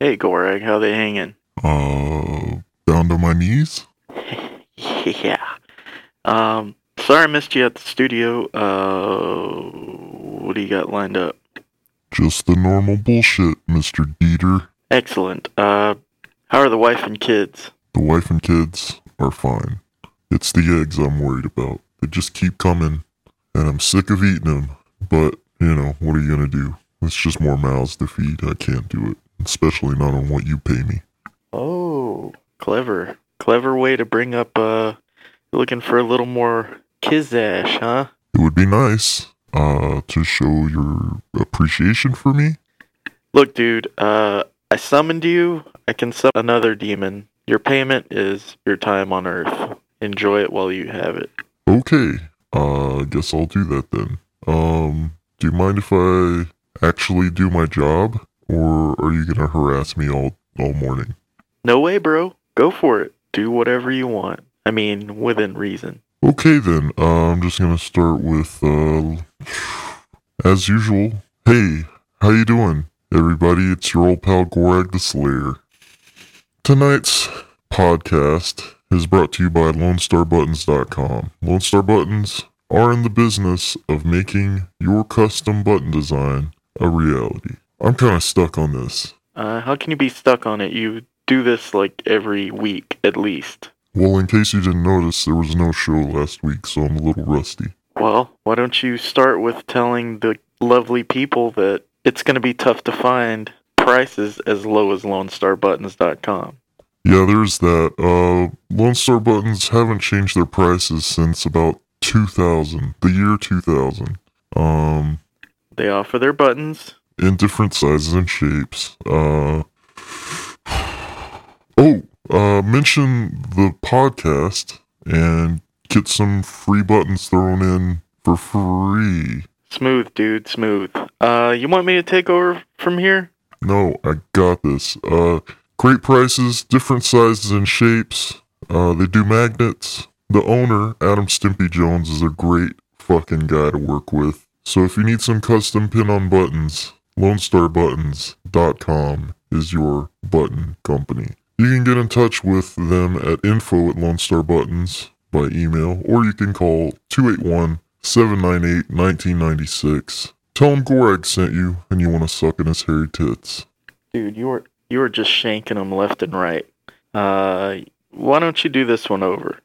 Hey, Goreg, how they hanging? Uh, down to my knees? yeah. Um, sorry I missed you at the studio. Uh, what do you got lined up? Just the normal bullshit, Mr. Dieter. Excellent. Uh, how are the wife and kids? The wife and kids are fine. It's the eggs I'm worried about. They just keep coming, and I'm sick of eating them. But, you know, what are you gonna do? It's just more mouths to feed. I can't do it, especially not on what you pay me. Oh, clever. Clever way to bring up, uh, looking for a little more kizash, huh? It would be nice, uh, to show your appreciation for me. Look, dude, uh, I summoned you. I can summon another demon. Your payment is your time on Earth. Enjoy it while you have it. Okay, uh, guess I'll do that then. Um, do you mind if I actually do my job, or are you gonna harass me all all morning? No way, bro. Go for it. Do whatever you want. I mean, within reason. Okay then, uh, I'm just gonna start with uh, as usual. Hey, how you doing, everybody? It's your old pal Gorag the Slayer. Tonight's podcast is brought to you by LoneStarButtons.com. Lone Star Buttons are in the business of making your custom button design a reality. I'm kind of stuck on this. Uh, how can you be stuck on it? You do this like every week at least. Well, in case you didn't notice, there was no show last week, so I'm a little rusty. Well, why don't you start with telling the lovely people that it's going to be tough to find prices as low as LoneStarButtons.com. Yeah, there's that. Uh, Lone Star Buttons haven't changed their prices since about 2000, the year 2000. Um, They offer their buttons. in different sizes and shapes. Uh, oh, uh, mention the podcast and get some free buttons thrown in for free. Smooth, dude, smooth. Uh, you want me to take over from here? No, I got this. Uh, great prices, different sizes and shapes. Uh, they do magnets. The owner, Adam Stimpy Jones, is a great fucking guy to work with. So if you need some custom pin on buttons, LoneStarButtons.com is your button company. You can get in touch with them at info at Lone Star Buttons by email, or you can call 281 798 1996. Tell him Gorag sent you and you want to suck in his hairy tits. Dude, you were you were just shanking them left and right. Uh, why don't you do this one over?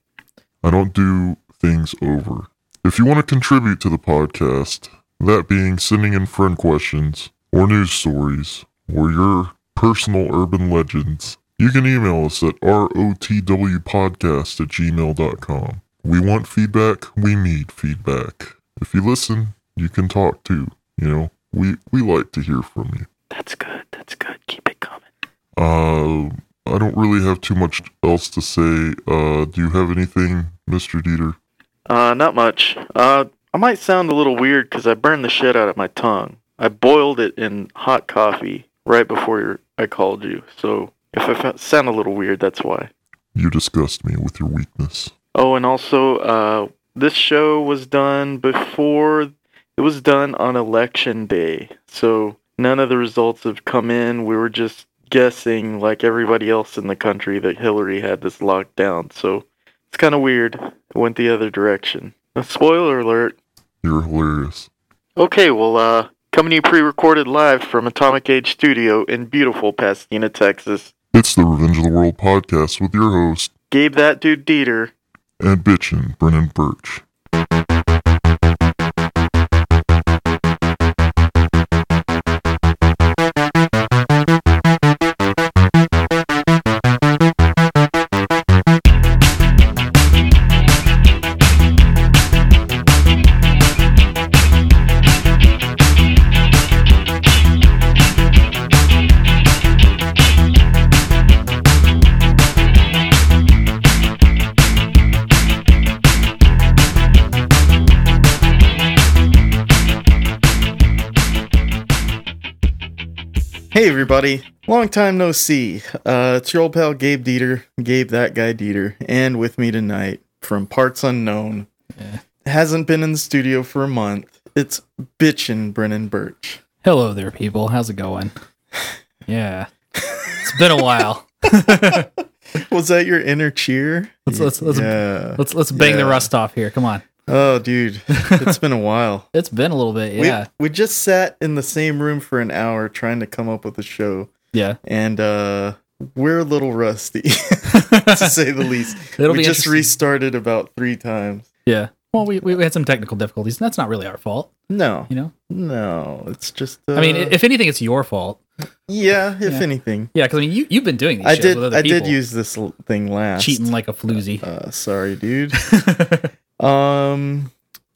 I don't do things over. If you want to contribute to the podcast, that being sending in friend questions or news stories or your personal urban legends, you can email us at rotwpodcast at gmail.com. We want feedback. We need feedback. If you listen, you can talk too. You know, we, we like to hear from you. That's good. That's good. Keep it coming. Uh, I don't really have too much else to say. Uh, do you have anything, Mr. Dieter? Uh, not much. Uh, I might sound a little weird because I burned the shit out of my tongue. I boiled it in hot coffee right before your- I called you, so if I fa- sound a little weird, that's why. You disgust me with your weakness. Oh, and also, uh, this show was done before it was done on election day, so none of the results have come in. We were just guessing, like everybody else in the country, that Hillary had this locked down. So it's kind of weird. It went the other direction. Uh, spoiler alert. You're hilarious. Okay, well, uh, coming to you pre-recorded live from Atomic Age Studio in beautiful Pasadena, Texas. It's the Revenge of the World podcast with your host Gabe that dude Dieter. and bitchin' Brennan Birch. Hey everybody, long time no see. Uh, it's your old pal Gabe Dieter, Gabe that guy Dieter, and with me tonight from parts unknown. Hasn't been in the studio for a month. It's bitchin' Brennan Birch. Hello there, people. How's it going? Yeah. It's been a while. Was that your inner cheer? Let's- let's- let's- yeah. let's let's bang the Yeah. rust off here. Come on. Oh, dude, it's been a while. It's been a little bit. We- Yeah. We, just sat in the same room for an hour trying to come up with a show, yeah. and uh, we're a little rusty, to say the least. It'll we be just interesting. restarted about three times. yeah. Well, we, we we had some technical difficulties. and That's not really our fault, No, you know. no, it's just. Uh, I mean, i- if anything, it's your fault. yeah, if yeah. anything, Yeah, because I mean, you you've been doing these I shows did. with other I people, did use this l- thing last. cheating like a floozy. Uh, sorry, dude. Um,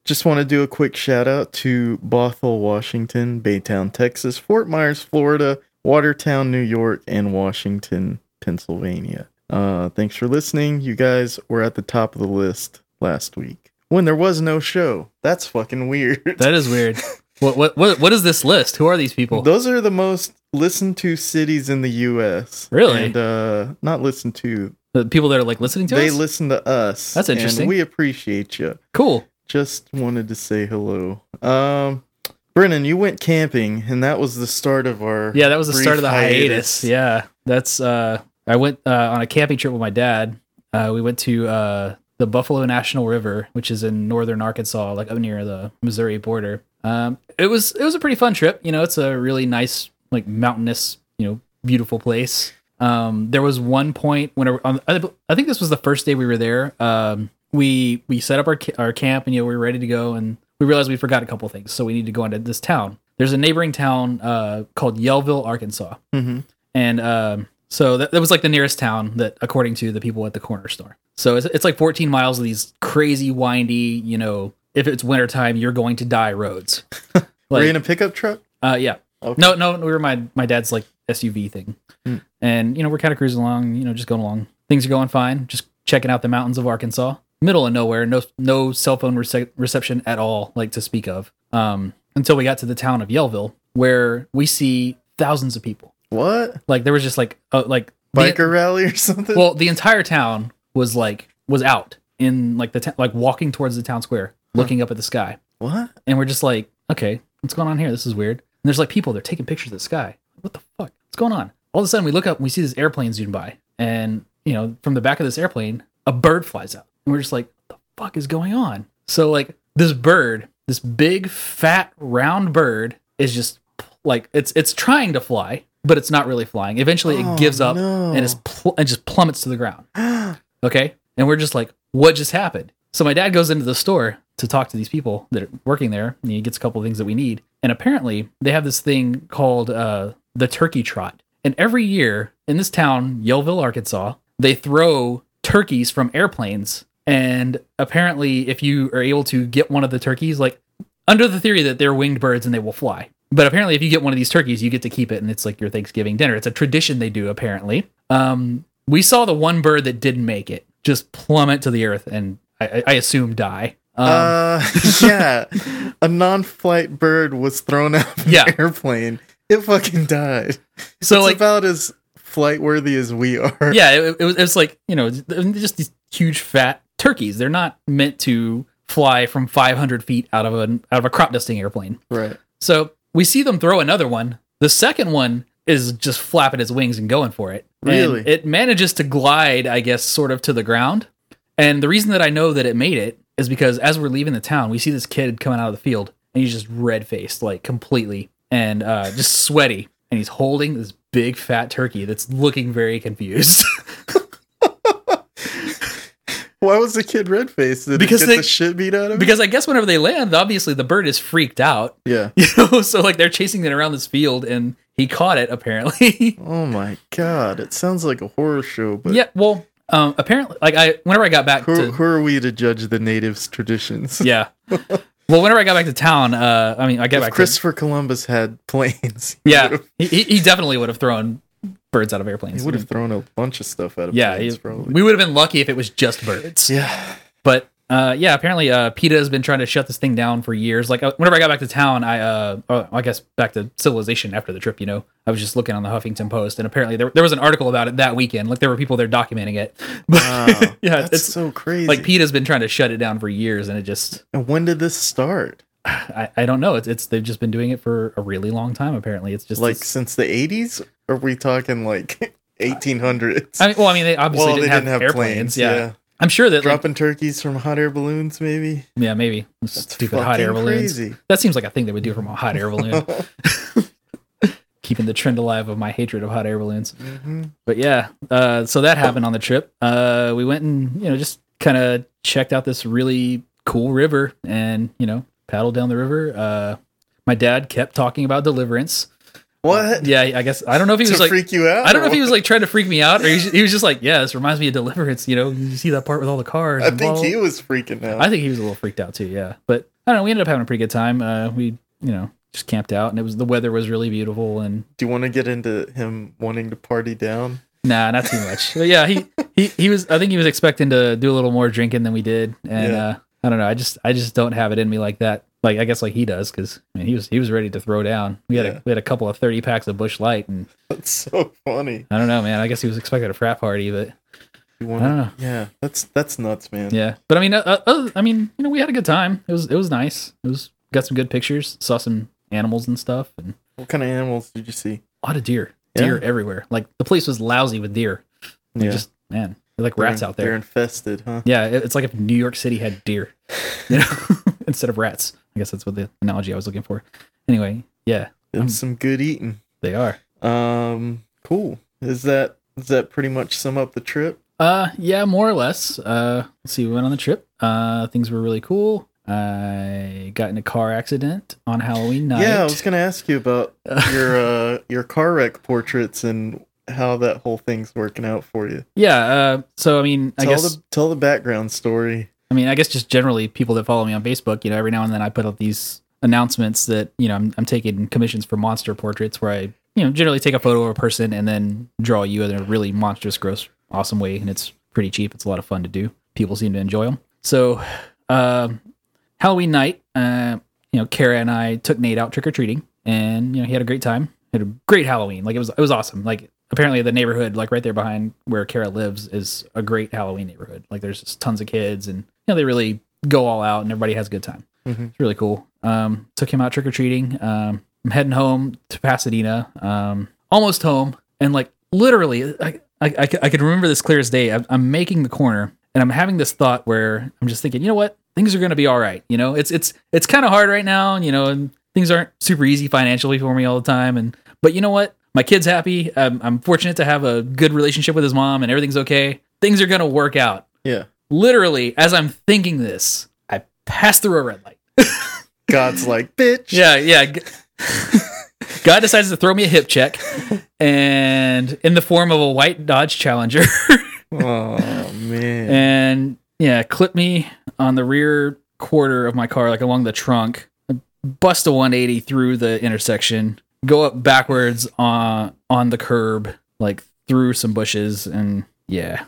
just want to do a quick shout out to Bothell, Washington, Baytown, Texas, Fort Myers, Florida, Watertown, New York, and Washington, Pennsylvania. Uh, thanks for listening. You guys were at the top of the list last week when there was no show. That's fucking weird. that is weird. What what what what is this list? Who are these people? Those are the most listened to cities in the U.S. Really? and uh, not listened to. the people that are like listening to They us. listen to us. That's and interesting. we appreciate you. cool. Just wanted to say hello. Um, Brennan, you went camping, and that was the start of our Yeah, that was the brief start of the hiatus. Yeah, that's. uh I went uh, on a camping trip with my dad. Uh, we went to uh the Buffalo National River, which is in northern Arkansas, like up near the Missouri border. Um, it was it was a pretty fun trip. You know, it's a really nice like mountainous, you know, beautiful place. Um, there was one point when I- on, I I think this was the first day we were there. Um, we we set up our ca- our camp and you know we were ready to go and we realized we forgot a couple things, so we need to go into this town. There's a neighboring town uh, called Yellville, Arkansas, Mhm. and um, so that, that was like the nearest town that, according to the people at the corner store. So it's, it's like 14 miles of these crazy windy, you know, if it's wintertime, you're going to die roads. Were you in a pickup truck? Uh, yeah. Okay. No, no, we were my my dad's like SUV thing, Hmm. and you know we're kind of cruising along, you know, just going along. Things are going fine. Just checking out the mountains of Arkansas, middle of nowhere. No, no cell phone rece- reception at all, like to speak of. Um, until we got to the town of Yellville, where we see thousands of people. What Like there was just like uh, like the- biker rally or something? well, the entire town was like was out in like the t- like walking towards the town square, looking up at the sky what? and we're just like, okay, what's going on here? This is weird. And there's like people, they're taking pictures of the sky. What the fuck? What's going on? All of a sudden, we look up and we see this airplane zoom by. And, you know, from the back of this airplane, a bird flies out. And we're just like, what the fuck is going on? So, like, this bird, this big, fat, round bird is just like, it's it's trying to fly, but it's not really flying. Eventually, it Oh, gives up no. Uh, and, it's pl- and just plummets to the ground. yeah, Okay. And we're just like, what just happened? So my dad goes into the store to talk to these people that are working there and he gets a couple of things that we need. And apparently they have this thing called uh, the turkey trot. And every year in this town, Yellville, Arkansas, they throw turkeys from airplanes. And apparently, if you are able to get one of the turkeys, like under the theory that they're winged birds and they will fly. But apparently, if you get one of these turkeys, you get to keep it, and it's like your Thanksgiving dinner. It's a tradition they do, apparently. Um, we saw the one bird that didn't make it just plummet to the earth, and I, I- I assume die. Um, uh, yeah. a non-flight bird was thrown out of Yeah. an airplane. It fucking died. so it's like, about as flight worthy as we are. yeah, it, it was. It was like you know, just these huge fat turkeys. They're not meant to fly from 500 feet out of an out of a crop dusting airplane. Right. So we see them throw another one. The second one is just flapping its wings and going for it. And Really? it manages to glide, I guess, sort of to the ground. And the reason that I know that it made it is because as we're leaving the town, we see this kid coming out of the field and he's just red faced, like completely, and uh, just sweaty. And he's holding this big fat turkey that's looking very confused. Why was the kid red faced? Did because Because he get they- the shit beat out of him? because I guess whenever they land, obviously the bird is freaked out. yeah. You know, so like they're chasing it around this field and he caught it apparently. Oh my god! It sounds like a horror show, but yeah, well, um, apparently, like I, whenever I got back Who, to, who are we to judge the natives' traditions? yeah, well, whenever I got back to town, uh, I mean, I got if back. Christopher Columbus had planes, to, yeah, he, he he definitely would have thrown birds out of airplanes. he would have thrown a bunch of stuff out of yeah, planes, he- probably. we would have been lucky if it was just birds. yeah, But uh, yeah, apparently uh, PETA has been trying to shut this thing down for years. Like uh, whenever I got back to town, I uh, or I guess back to civilization after the trip. You know, I was just looking on the Huffington Post, and apparently there there was an article about it that weekend. Like there were people there documenting it. But Wow, yeah, that's it's so crazy. like PETA's been trying to shut it down for years, and it just and when did this start? I, I don't know. It's, it's they've just been doing it for a really long time. Apparently, it's just Like this- since the eighties? Are we talking like 1800s. I mean, well, I mean, they obviously well, didn't, they have didn't have airplanes. planes. yeah. Yeah. I'm sure that. Like, Dropping turkeys from hot air balloons, maybe. yeah, maybe stupid hot air fucking balloons. Crazy. That seems like a thing they would do from a hot air balloon. Keeping the trend alive of my hatred of hot air balloons. Mhm. But yeah, uh, so that happened on the trip. Uh, we went and you know just kind of checked out this really cool river, and you know paddled down the river. Uh, my dad kept talking about deliverance. What? Yeah, I guess I don't know if he to was like freak you out? I don't know or if he was like trying to freak me out, or he was, he was just like, "Yeah, this reminds me of Deliverance." You know, you see that part with all the cars. what? I and blah, think he blah. was freaking out. I think he was a little freaked out too. Yeah, but I don't know. We ended up having a pretty good time. Uh, we, you know, just camped out, and it was the weather was really beautiful, and Do you want to get into him wanting to party down? Nah, not too much. But yeah, he, he he was. I think he was expecting to do a little more drinking than we did, and Yeah. uh, I don't know. I just I just don't have it in me like that. Like I guess like he does because I mean, he was he was ready to throw down. We had Yeah. a, we had a couple of thirty packs of Bush Light, and That's so funny. I don't know, man. I guess he was expecting a frat party, but You I want? don't know. Yeah, that's that's nuts, man. Yeah, but I mean, uh, uh, other- I mean, you know, we had a good time. It was it was nice. It was got some good pictures. Saw some animals and stuff, and What kind of animals did you see? a lot of deer. Yeah. Deer everywhere. Like the place was lousy with deer. Like, Just man, they're like They're- rats out there. They're infested, huh? Yeah, it- it's like if New York City had deer, you know, instead of rats. I guess that's what the analogy I was looking for. Anyway, yeah, Um, It's some good eating. they are. Um, cool. Is that does that pretty much sum up the trip? Uh, yeah, more or less. Uh, let's see, we went on the trip. Uh, things were really cool. I got in a car accident on Halloween night. Yeah, I was gonna ask you about Uh, your uh your car wreck portraits and how that whole thing's working out for you. yeah. Uh, so I mean, I Tell guess the tell the background story. I mean, I guess just generally people that follow me on Facebook, you know, every now and then I put up these announcements that, you know, I'm, I'm taking commissions for monster portraits where I, you know, generally take a photo of a person and then draw you in a really monstrous, gross, awesome way. And it's pretty cheap. It's a lot of fun to do. People seem to enjoy them. So, um, Halloween night, uh, you know, Kara and I took Nate out trick or treating, and you know he had a great time. Had a great Halloween. Like it was, it was awesome. Like apparently the neighborhood, like right there behind where Kara lives, is a great Halloween neighborhood. Like there's just tons of kids, and you know they really go all out, and everybody has a good time. Mhm. It's really cool. Um, took him out trick or treating. Um, I'm heading home to Pasadena. Um, almost home, and like literally, I, I, I, c- I could remember this clear as day. I'm, I'm making the corner, and I'm having this thought where I'm just thinking, you know what? Things are going to be all right. You know, it's it's it's kind of hard right now. You know, and things aren't super easy financially for me all the time. And but you know what? My kid's happy. I'm, I'm fortunate to have a good relationship with his mom, and everything's okay. Things are going to work out. Yeah. Literally, as I'm thinking this, I pass through a red light. God's like, bitch. Yeah, yeah. G- God decides to throw me a hip check, and in the form of a white Dodge Challenger, Oh man. and yeah, clip me on the rear quarter of my car, like along the trunk. Bust a 180 through the intersection, go up backwards on on the curb, like through some bushes, and yeah,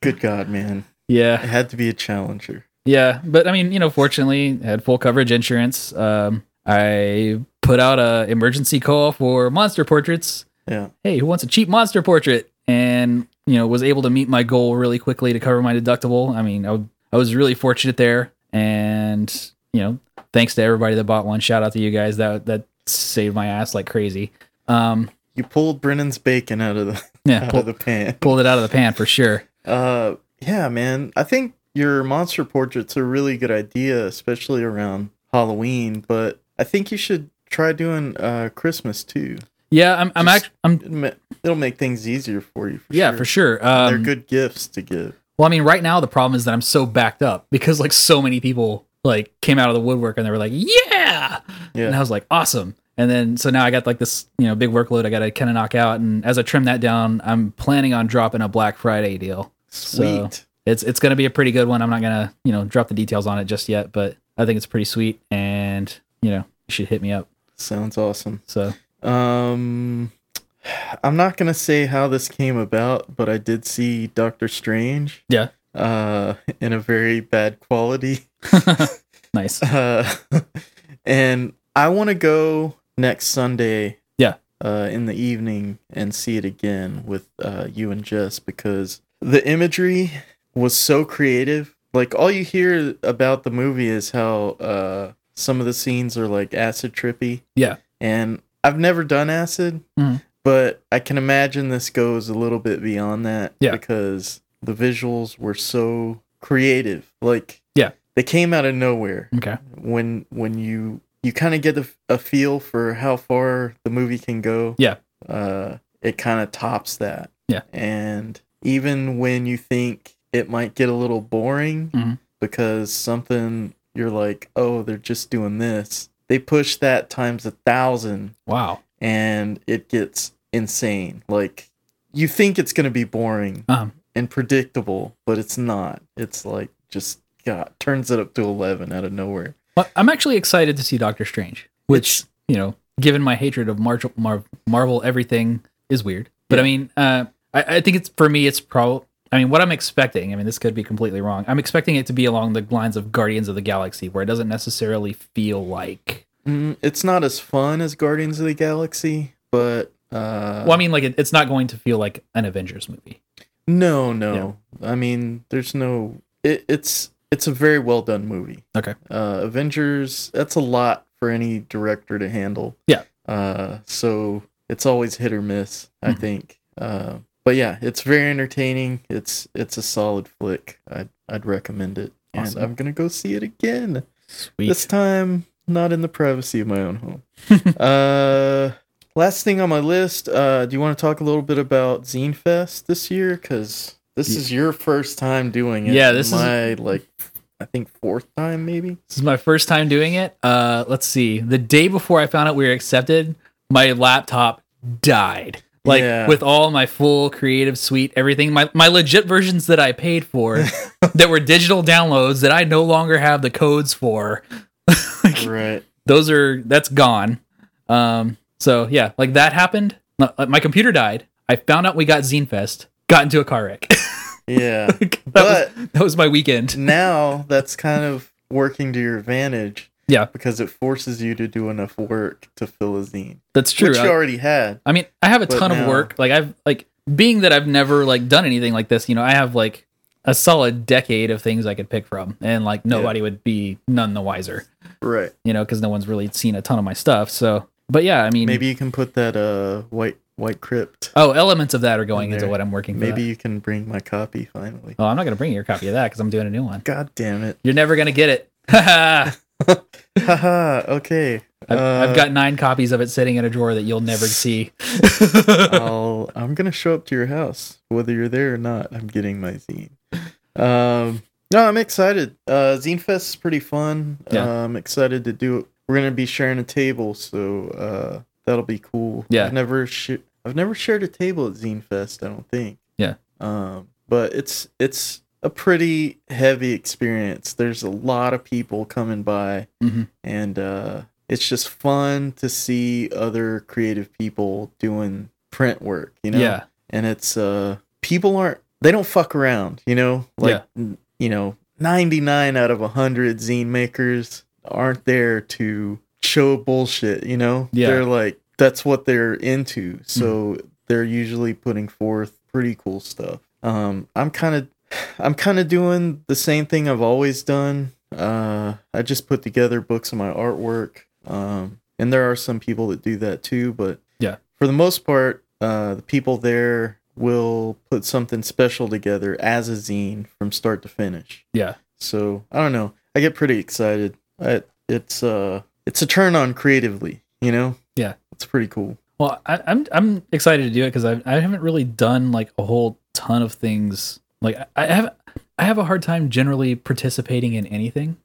Good God, man. yeah. It had to be a challenger. Yeah, but I mean, you know, fortunately, I had full coverage insurance. Um, I put out a emergency call for monster portraits. Yeah. Hey, who wants a cheap monster portrait? And you know, was able to meet my goal really quickly to cover my deductible. I mean, I, w- I was really fortunate there, and you know, thanks to everybody that bought one. Shout out to you guys that that saved my ass like crazy. Um, You pulled Brennan's bacon out of the yeah, out pull, of the pan. pulled it out of the pan for sure. Uh, yeah, man. I think your monster portrait's a really good idea, especially around Halloween. But I think you should try doing uh Christmas too. Yeah, I'm I'm Just- act- I'm It'll ma- it'll make things easier for you. For yeah sure. for sure. Um, They're good gifts to give. Well, I mean, right now the problem is that I'm so backed up because like so many people like came out of the woodwork and they were like, "Yeah," and I Yeah, was like, "Awesome!" And then so now I got like this you know big workload I got to kind of knock out, and as I trim that down, I'm planning on dropping a Black Friday deal. so- sweet. It's it's going to be a pretty good one. I'm not gonna you know drop the details on it just yet, but I think it's pretty sweet, and you know you should hit me up. Sounds awesome. So Um, I'm not gonna say how this came about, but I did see Doctor Strange. Yeah. Uh, in a very bad quality. nice. Uh, and I want to go next Sunday. Yeah. Uh, in the evening and see it again with uh, you and Jess because the imagery was so creative. Like all you hear about the movie is how uh, some of the scenes are like acid trippy. Yeah. And I've never done acid, Mhm. But I can imagine this goes a little bit beyond that Yeah. because the visuals were so creative. Like Yeah. They came out of nowhere. Okay. When when you you kind of get a, a feel for how far the movie can go. Yeah. Uh it kind of tops that. Yeah. And even when you think it might get a little boring Mhm. because something you're like, "Oh, they're just doing this." They push that times a thousand Wow. and it gets insane. Like you think it's going to be boring Um, and predictable, but it's not. It's like just God turns it up to eleven out of nowhere. Well, I'm actually excited to see Doctor Strange, which It's- you know, given my hatred of Marvel, Mar- Marvel everything is weird. But I mean, uh, I, I think it's for me, it's probably. I mean, what I'm expecting. I mean, this could be completely wrong. I'm expecting it to be along the lines of Guardians of the Galaxy, where it doesn't necessarily feel like. Mm, it's not as fun as Guardians of the Galaxy, but uh, Well, I mean, like it, it's not going to feel like an Avengers movie. no, no. I mean, there's no. It, it's it's a very well done movie. Okay. Uh, Avengers. That's a lot for any director to handle. Yeah. Uh, so it's always hit or miss. I Mhm. think. Uh, but yeah, it's very entertaining. It's it's a solid flick. I'd I'd recommend it, Awesome. and I'm gonna go see it again. Sweet. This time, not in the privacy of my own home. uh, last thing on my list. Uh, do you want to talk a little bit about Zine Fest this year? Because this is your first time doing it. Yeah, this is- my like, I think fourth time maybe. This is my first time doing it. Uh, let's see. The day before I found out we were accepted, my laptop died. Like Yeah. with all my full creative suite, everything, my, my legit versions that I paid for that were digital downloads that I no longer have the codes for. like, Right. those are that's gone. Um, so yeah, like that happened. My, uh, my computer died. I found out we got Zenefest, got into a car wreck. Yeah. that, But- was, that was my weekend. now that's kind of working to your advantage. Yeah. Because it forces you to do enough work to fill a zine, That's true. which you I- already had. I mean, I have a But ton of now- work. Like I've like being that I've never like done anything like this, you know, I have like a solid decade of things I could pick from and like nobody would be none the wiser, Right. you know, cuz no one's really seen a ton of my stuff. So, but yeah, I mean Maybe you can put that uh white white crypt. oh, elements of that are going into there. what I'm working for Maybe that. you can bring my copy finally. Oh, I'm not going to bring you a copy of that cuz I'm doing a new one. God damn it. You're never going to get it. I've, Haha, okay. I've Uh, got 9 copies of it sitting in a drawer that you'll never see. I'll, I'm gonna show up to your house, whether you're there or not. I'm getting my zine. Um, no, I'm excited. Uh, zine Fest is pretty fun. Yeah. Uh, I'm excited to do it. We're gonna be sharing a table, so uh, that'll be cool. Yeah. I've never sh- I've never shared a table at Zine Fest. I don't think. Yeah. Um, but it's it's a pretty heavy experience. There's a lot of people coming by Mhm. and uh, it's just fun to see other creative people doing print work, you know. Yeah. And it's uh, people aren't they don't fuck around, you know. Like n- you know, ninety nine out of hundred zine makers aren't there to show bullshit, you know. Yeah. They're like that's what they're into, so they're usually putting forth pretty cool stuff. Um, I'm kind of I'm kind of doing the same thing I've always done. Uh, I just put together books of my artwork, um, and there are some people that do that too. But Yeah. for the most part, uh, the people there will put something special together as a zine from start to finish. Yeah. So I don't know. I get pretty excited. I, it's uh, it's a turn on creatively. You know. Yeah. It's pretty cool. Well, I, I'm I'm excited to do it because I I haven't really done like a whole ton of things. Like I, I have I have a hard time generally participating in anything.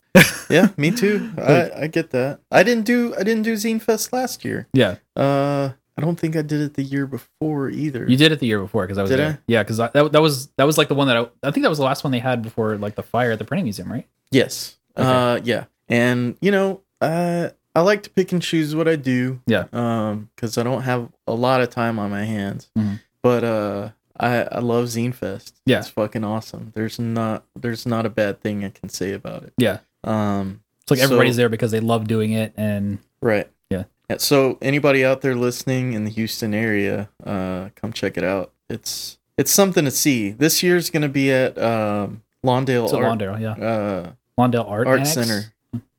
Yeah, me too. I, I get that. I didn't do I didn't do Zine Fest last year. Yeah, Uh, I don't think I did it the year before either. you did it the year before because I was Did there. I? Yeah, because that that was that was like the one that I, I think that was the last one they had before like the fire at the printing museum, right? Yes. Okay. Uh, yeah. And you know, I I like to pick and choose what I do. Yeah. Um, because I don't have a lot of time on my hands. Mhm. But uh, I I love Zine Fest. Yeah. It's fucking awesome. There's not there's not a bad thing I can say about it. Yeah. Um. It's like So- everybody's there because they love doing it, and Right. Yeah. Yeah, So anybody out there listening in the Houston area, uh, come check it out. It's it's something to see. This year's gonna be at um Lawndale it's at Art Lawndale, yeah, uh, Lawndale Art Art Annex? Center.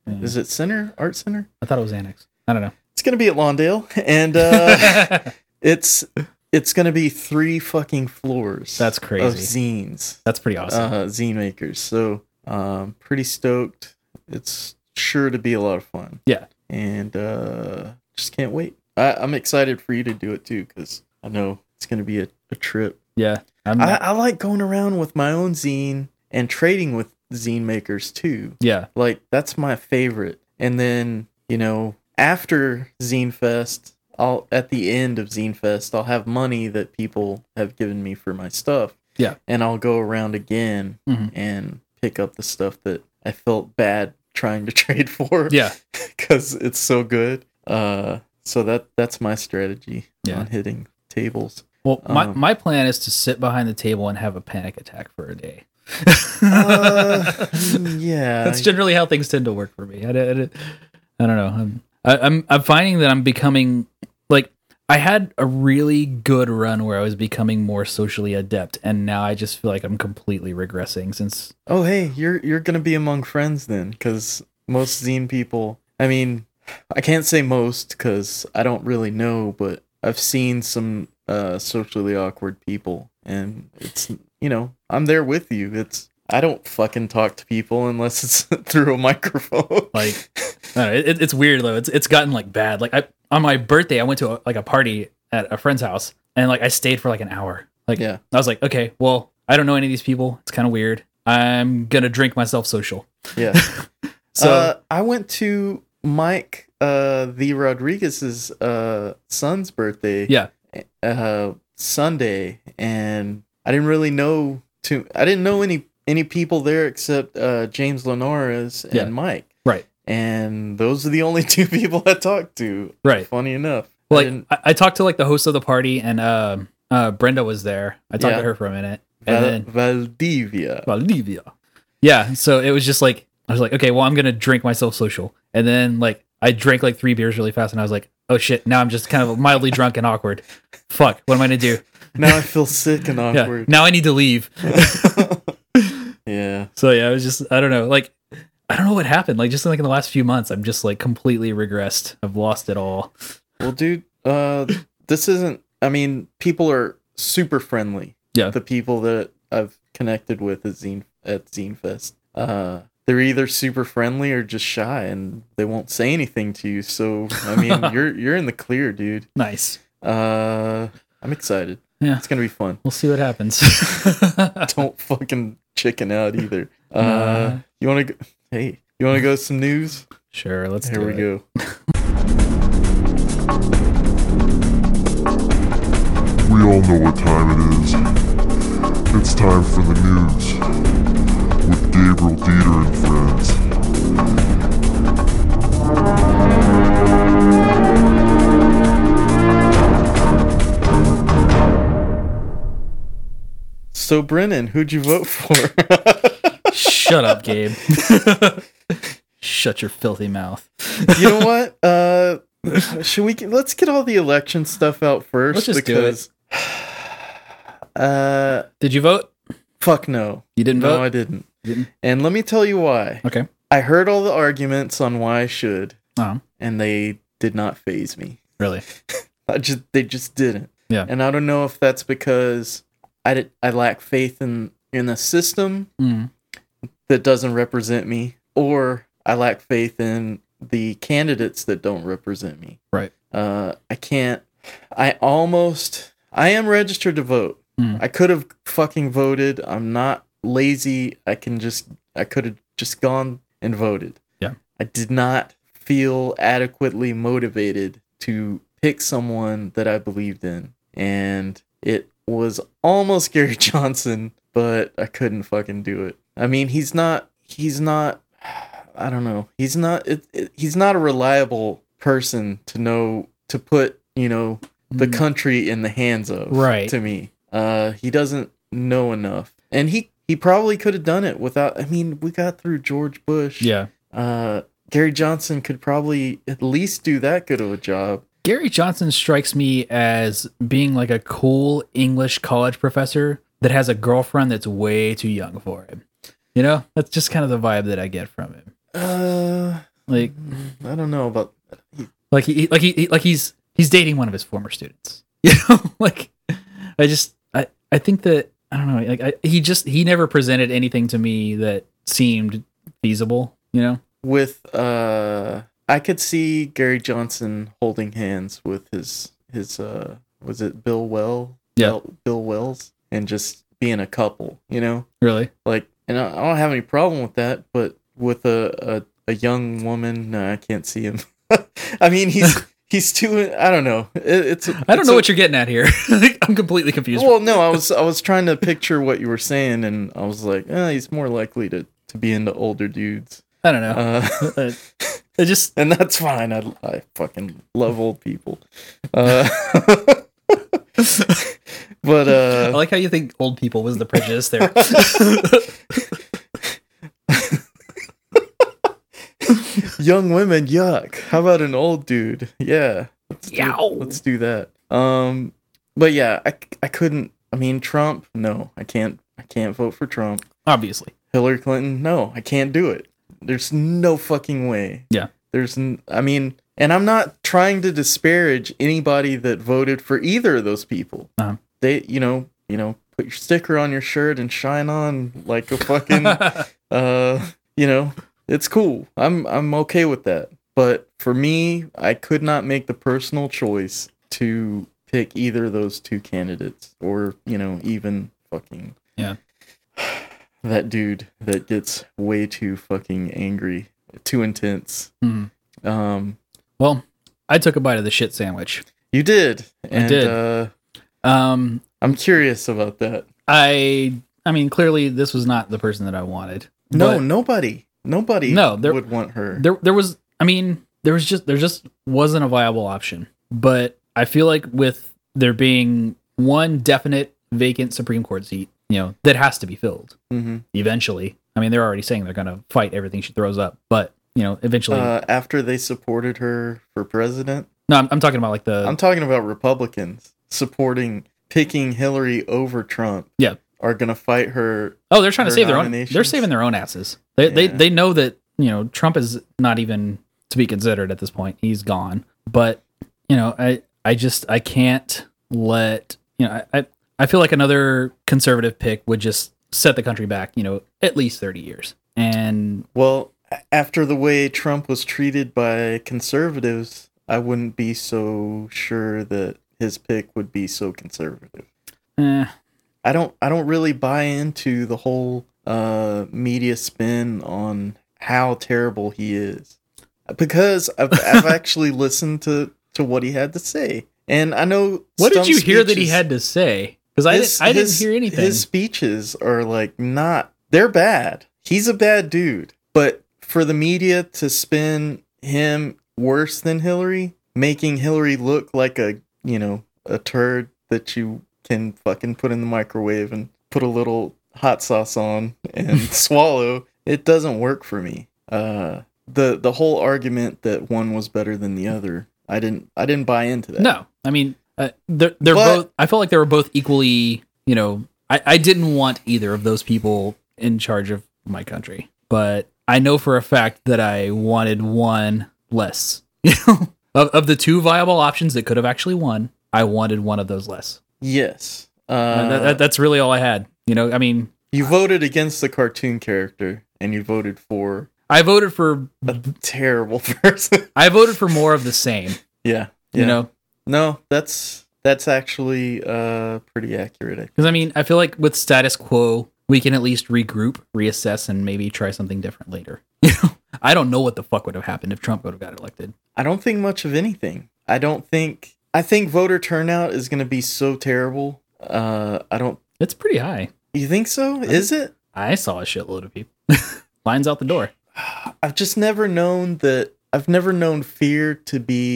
Yeah. Is it Center Art Center? I thought it was Annex. I don't know. It's gonna be at Lawndale, and uh, It's it's gonna be three fucking floors. That's of crazy. zines, That's pretty awesome. uh, zine makers. So um, pretty stoked. It's sure to be a lot of fun. Yeah. and uh, just can't wait. I, I'm excited for you to do it too because I know it's gonna be a, a trip. yeah. I'm I, I like going around with my own zine and trading with zine makers too. yeah. Like that's my favorite. And then, you know, after Zine Fest, I'll at the end of Zine Fest, I'll have money that people have given me for my stuff. Yeah. And I'll go around again Mhm. and pick up the stuff that I felt bad trying to trade for. Yeah. Cause it's so good. Uh so that that's my strategy Yeah. on hitting tables. Well, my, Um, my plan is to sit behind the table and have a panic attack for a day. Uh, yeah. That's generally how things tend to work for me. I, don't- I, don't- I don't know. I'm, I, I'm I'm finding that I'm becoming like I had a really good run where I was becoming more socially adept, and now I just feel like I'm completely regressing since Oh hey, you're you're gonna be among friends then, because most zine people. I mean, I can't say most because I don't really know, but I've seen some uh, socially awkward people, and it's you know I'm there with you. It's I don't fucking talk to people unless it's through a microphone. Like- I don't know, it, it's weird though. It's it's gotten like bad. Like I on my birthday, I went to a, like a party at a friend's house, and like I stayed for like an hour. Like yeah, I was like, okay, well, I don't know any of these people. It's kind of weird. I'm gonna drink myself social. yeah. So uh, I went to Mike uh, the Rodriguez's uh, son's birthday. Yeah. Uh, Sunday, and I didn't really know to. I didn't know any any people there except uh, James Lenora's and Yeah. Mike. Right. And those are the only two people I talked to. right. Funny enough, I like didn't- I, I talked to like the host of the party and um uh brenda was there i talked Yeah. to her for a minute and Val- then Valdivia. Bolivia. yeah so it was just like i was like okay well i'm gonna drink myself social and then like i drank like three beers really fast and i was like oh shit now i'm just kind of mildly drunk and awkward fuck what am i gonna do now I feel sick and yeah awkward. now i need to leave yeah. so yeah i was just i don't know like i don't know what happened like just like in the last few months i'm just like completely regressed i've lost it all Well, dude, uh, this isn't. I mean, people are super friendly. Yeah. The people that I've connected with at Zine at Zine Fest, uh, they're either super friendly or just shy, and they won't say anything to you. So, I mean, you're you're in the clear, dude. nice Uh, I'm excited. Yeah. It's gonna be fun. we'll see what happens Don't fucking chicken out either. Uh, Nah. you want to? go Hey, you want to go some news? sure let's Here do we it. go. We all know what time it is. It's time for the news with Gabriel Dieter and friends. So, Brennan, who'd you vote for? Shut up, Gabe. Shut your filthy mouth. you know what? Uh, should we? Get, let's get all the election stuff out 1st Let's just do it. Uh, Did you vote? fuck no, You didn't no, vote? I didn't. Didn't? And let me tell you why. Okay. I heard all the arguments on why I should, Oh, and they did not phase me. really? I just they just didn't. Yeah. And I don't know if that's because I did, I lack faith in in a system Mm. that doesn't represent me, or I lack faith in the candidates that don't represent me. Right. Uh, I can't. I almost. I am registered to vote. Hmm. I could have fucking voted. I'm not lazy. I can just. I could have just gone and voted. Yeah. I did not feel adequately motivated to pick someone that I believed in, and it was almost Gary Johnson, but I couldn't fucking do it. I mean, he's not. He's not. I don't know. He's not. It, it, he's not a reliable person to know to put you know the Mm. country in the hands of. Right. To me, uh, he doesn't know enough, and he he probably could have done it without. I mean, we got through George Bush. yeah. Uh, Gary Johnson could probably at least do that good of a job. Gary Johnson strikes me as being like a cool English college professor that has a girlfriend that's way too young for him. You know, that's just kind of the vibe that I get from him. Uh, Like, I don't know about. like he, like he, like he's he's dating one of his former students. You know, like I just I I think that I don't know. Like I, he just he never presented anything to me that seemed feasible. You know. with uh I could see Gary Johnson holding hands with his his uh was it Bill Well? Yeah. Bill, Bill Wells and just being a couple, you know? Really. Like and I I don't have any problem with that, but with a a, a young woman, no, I can't see him. I mean, he's he's too I don't know. It, it's I don't know what you're getting at here. Like, I'm completely confused. Well, no, I was I was trying to picture what you were saying and I was like, eh, he's more likely to to be into older dudes. I don't know. Uh I just and that's fine. I, I fucking love old people. Uh, but I uh, like how you think old people was the prejudice there. young women, yuck. How about an old dude? Yeah, Yow. let's do that. Um, but yeah, I I couldn't. I mean, Trump. No, I can't. I can't vote for Trump. Obviously. Hillary Clinton. No, I can't do it. There's no fucking way. Yeah. There's. N- I mean, and I'm not trying to disparage anybody that voted for either of those people. Uh-huh. They, you know, you know, put your sticker on your shirt and shine on like a fucking, uh, you know, it's cool. I'm I'm okay with that. But for me, I could not make the personal choice to pick either of those two candidates, or you know, even fucking Yeah. that dude that gets way too fucking angry, too intense. Mhm. Um, Well, I took a bite of the shit sandwich. you did, and did. Uh, Um, I'm curious about that. I I mean, clearly this was not the person that I wanted. No, But nobody, nobody, No, there- would want her. there there was I mean, there was just there just wasn't a viable option. But I feel like with there being one definite vacant Supreme Court seat, you know, that has to be filled Mhm. eventually. I mean, they're already saying they're going to fight everything she throws up, but you know, eventually. Uh, after they supported her for president, no, I'm, I'm talking about like the I'm talking about Republicans supporting picking Hillary over Trump. Yeah. are gonna fight her. Oh, they're trying to their save their own. They're nominations. saving their own asses. They, they Yeah. they know that you know Trump is not even to be considered at this point. He's gone. But you know, I I just I can't let you know. I I, I feel like another conservative pick would just set the country back. You know, at least thirty years. And Well, a- after the way Trump was treated by conservatives, I wouldn't be so sure that his pick would be so conservative. eh, I don't I don't really buy into the whole uh media spin on how terrible he is because I've, I've actually listened to to what he had to say and I know what did some you hear that he speeches- had to say? Because I his- didn't I his- didn't hear anything. His speeches are like not they're bad. He's a bad dude, but for the media to spin him worse than Hillary, making Hillary look like a, you know, a turd that you can fucking put in the microwave and put a little hot sauce on and swallow, it doesn't work for me. Uh the the whole argument that one was better than the other, I didn't I didn't buy into that. No, I mean uh, they're they're But- both. I felt like they were both equally. You know, I I didn't want either of those people in charge of my country, but I know for a fact that I wanted one less. You know, of of the two viable options that could have actually won, I wanted one of those less. Yes. Uh, And that, that- that's really all I had. You know, I mean, You voted against the cartoon character, and you voted for I voted for a terrible person. I voted for more of the same. yeah, yeah. You know, no, that's that's actually uh pretty accurate. I- because I mean, I feel like with status quo, we can at least regroup, reassess, and maybe try something different later. You know, I don't know what the fuck would have happened if Trump would have got elected. I don't think much of anything. I don't think I think voter turnout is going to be so terrible. Uh, I don't. It's pretty high. You think so? Is it? I saw a shitload of people. Lines out the door. I've just never known that. I've never known fear to be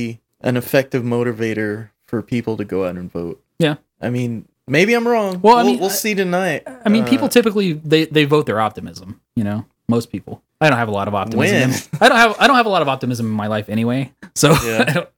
an effective motivator for people to go out and vote. Yeah. I mean, maybe I'm wrong. Well, Well, I we'll, mean, we'll I- see tonight. I mean, people Uh, typically they, they vote their optimism. You know, most people. I don't have a lot of optimism. When? in- I don't have I don't have a lot of optimism in my life anyway. So Yeah. I, don't,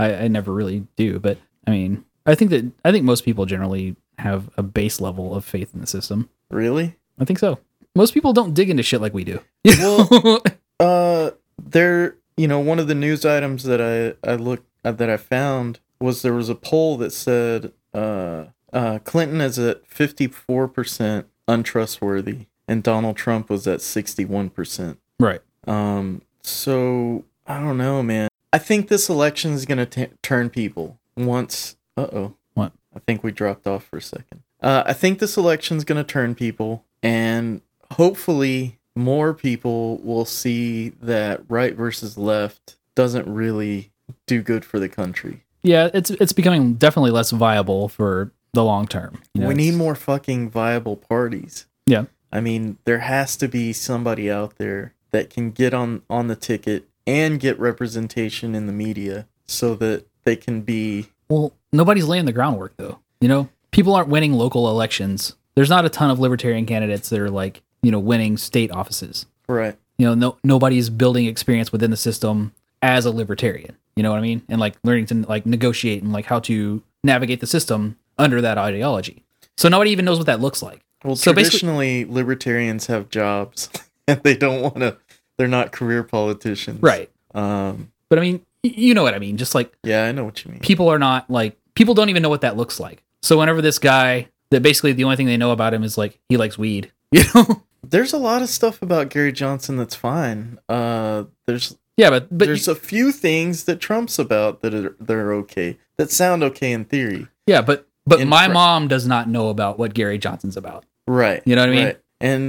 I I never really do. But I mean, I think that I think most people generally have a base level of faith in the system. Really? I think so. Most people don't dig into shit like we do. Well- Uh, there. You know, one of the news items uh, that I I look that I found was there was a poll that said uh, uh, Clinton is at fifty four percent untrustworthy, and Donald Trump was at sixty one percent. Right. Um, so I don't know, man. I think this election is going to turn people once. Uh oh. What? I think we dropped off for a second. Uh, I think this election's going to turn people, and hopefully, more people will see that right versus left doesn't really do good for the country. Yeah, it's it's becoming definitely less viable for the long term. You know, we need it's- more fucking viable parties. Yeah. I mean, there has to be somebody out there that can get on on the ticket and get representation in the media so that they can be Well, nobody's laying the groundwork though. You know, people aren't winning local elections. There's not a ton of libertarian candidates that are like, you know, winning state offices. right. You know, no nobody's building experience within the system as a libertarian. You know what I mean? And like learning to like negotiate and like how to navigate the system under that ideology. So nobody even knows what that looks like. Well, So basically- traditionally libertarians have jobs and they don't want to they're not career politicians. Right. Um But I mean, y- you know what I mean? Just like yeah, I know what you mean. people are not like people don't even know what that looks like. So whenever this guy that basically the only thing they know about him is like he likes weed, you know? There's a lot of stuff about Gary Johnson that's fine. Uh there's yeah, but but there's a few things that Trump's about that are they're okay. That sound okay in theory. yeah, but but in my fr- mom does not know about what Gary Johnson's about. Right. You know what I mean? Right. And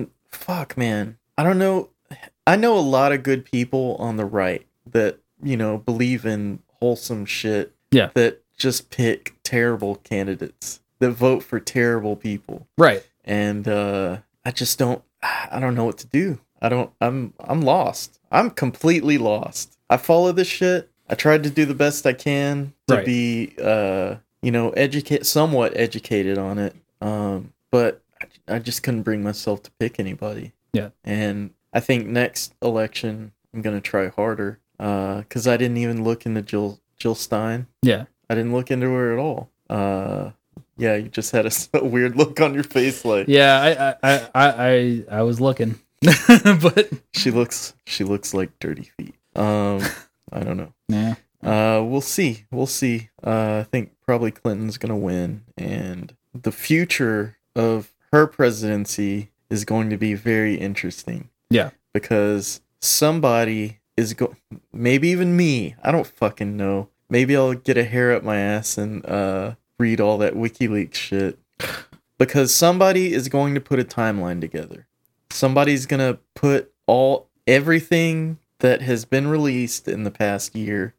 fuck, man, I don't know. I know a lot of good people on the right that you know believe in wholesome shit. Yeah. That just pick terrible candidates that vote for terrible people, Right. and uh, I just don't. I don't know what to do. I don't. I'm. I'm lost. I'm completely lost. I follow this shit. I tried to do the best I can to Right. be, uh, you know, educate somewhat educated on it. Um, but I, I just couldn't bring myself to pick anybody. Yeah. And I think next election I'm gonna try harder. Uh, cause I didn't even look into Jill Jill Stein. Yeah. I didn't look into her at all. Uh, yeah, you just had a s- a weird look on your face, like Yeah, I I I I, I was looking. but she looks she looks like dirty feet. Um, I don't know. yeah. Uh, we'll see. We'll see. Uh, I think probably Clinton's gonna win, and the future of her presidency is going to be very interesting. Yeah. because somebody is go. Maybe even me. I don't fucking know. Maybe I'll get a hair up my ass and uh, read all that WikiLeaks shit. Because somebody is going to put a timeline together. Somebody's gonna put all everything that has been released in the past year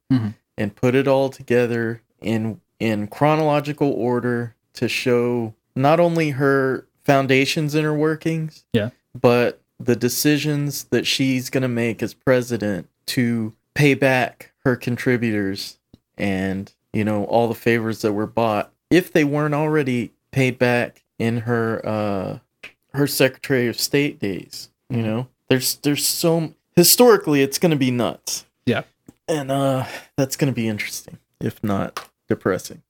and put it all together in in chronological order to show not only her foundations and her workings, Yeah. but the decisions that she's going to make as president to pay back her contributors and you know all the favors that were bought if they weren't already paid back in her uh her secretary of state days Mm-hmm. you know there's there's so historically it's going to be nuts Yeah. and uh that's going to be interesting if not depressing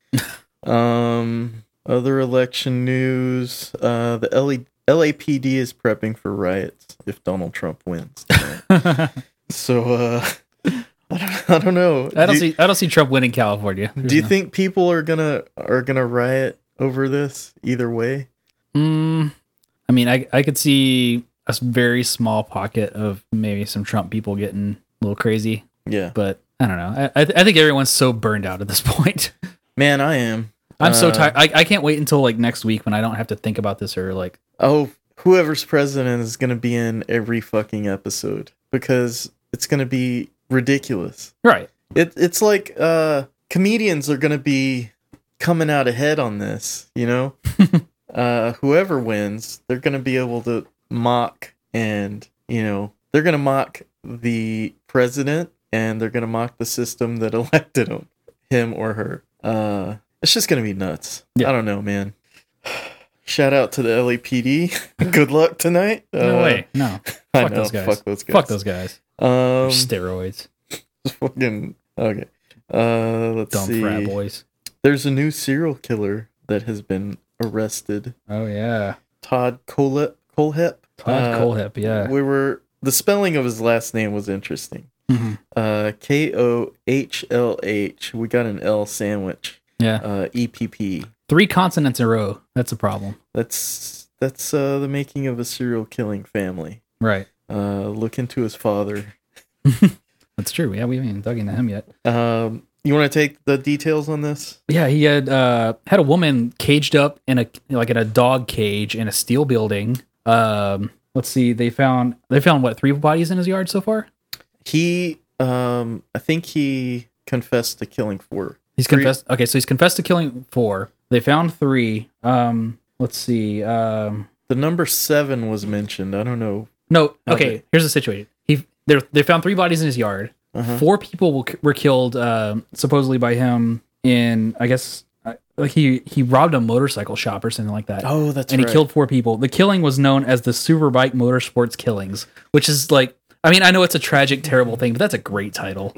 um other election news uh the LA, LAPD is prepping for riots if Donald Trump wins I so uh I don't, I don't know don't Do- see I don't see Trump winning California. do you think people are gonna are gonna riot over this either way? Mm, I mean, I I could see a s- very small pocket of maybe some Trump people getting a little crazy, Yeah, but I don't know. I I, th- I think everyone's so burned out at this point. man, I am. I'm so Uh, tired. I, I can't wait until like next week when I don't have to think about this or like Oh, whoever's president is gonna be in every fucking episode because it's gonna be ridiculous. right. It it's like uh comedians are gonna be coming out ahead on this, you know? uh whoever wins, they're gonna be able to mock and you know, they're gonna mock the president and they're gonna mock the system that elected him him or her. Uh it's just gonna be nuts. Yeah. I don't know, man. Shout out to the LAPD. Good luck tonight. No Uh, way. No. I Fuck know, those guys. Fuck those guys. Fuck those guys. They're Um, Steroids. fucking okay. Uh, let's Dumb see. frat boys. There's a new serial killer that has been arrested. Oh yeah. Todd Colep. Colhep. Todd Uh, Colehep, yeah. We were the spelling of his last name was interesting. Mhm. Uh, K O H L H. We got an L sandwich. Yeah. Uh, EPP. Three consonants in a row. That's a problem. That's that's uh, the making of a serial killing family. Right. Uh, look into his father. That's true. Yeah, we haven't even dug into him yet. Um, you want to take the details on this? Yeah, he had uh, had a woman caged up in a like in a dog cage in a steel building. Um, let's see, they found they found what three bodies in his yard so far. He, um, I think he confessed to killing four. He's Three. confessed. Okay, so he's confessed to killing four. They found three. Um, let's see. Um, The number seven was mentioned. I don't know. no. Okay, Okay. here's the situation. He they they found three bodies in his yard. Uh-huh. Four people were, were killed um supposedly by him in I guess uh, like he he robbed a motorcycle shop or something like that. Oh, that's and right. he killed four people. The killing was known as the Superbike Motorsports Killings, which is like, I mean, I know it's a tragic, terrible thing, but that's a great title.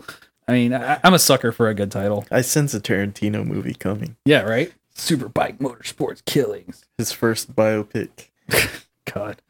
I mean, I, I'm a sucker for a good title. I sense a Tarantino movie coming. Yeah, right? Superbike Motorsports Killings. His first biopic. God.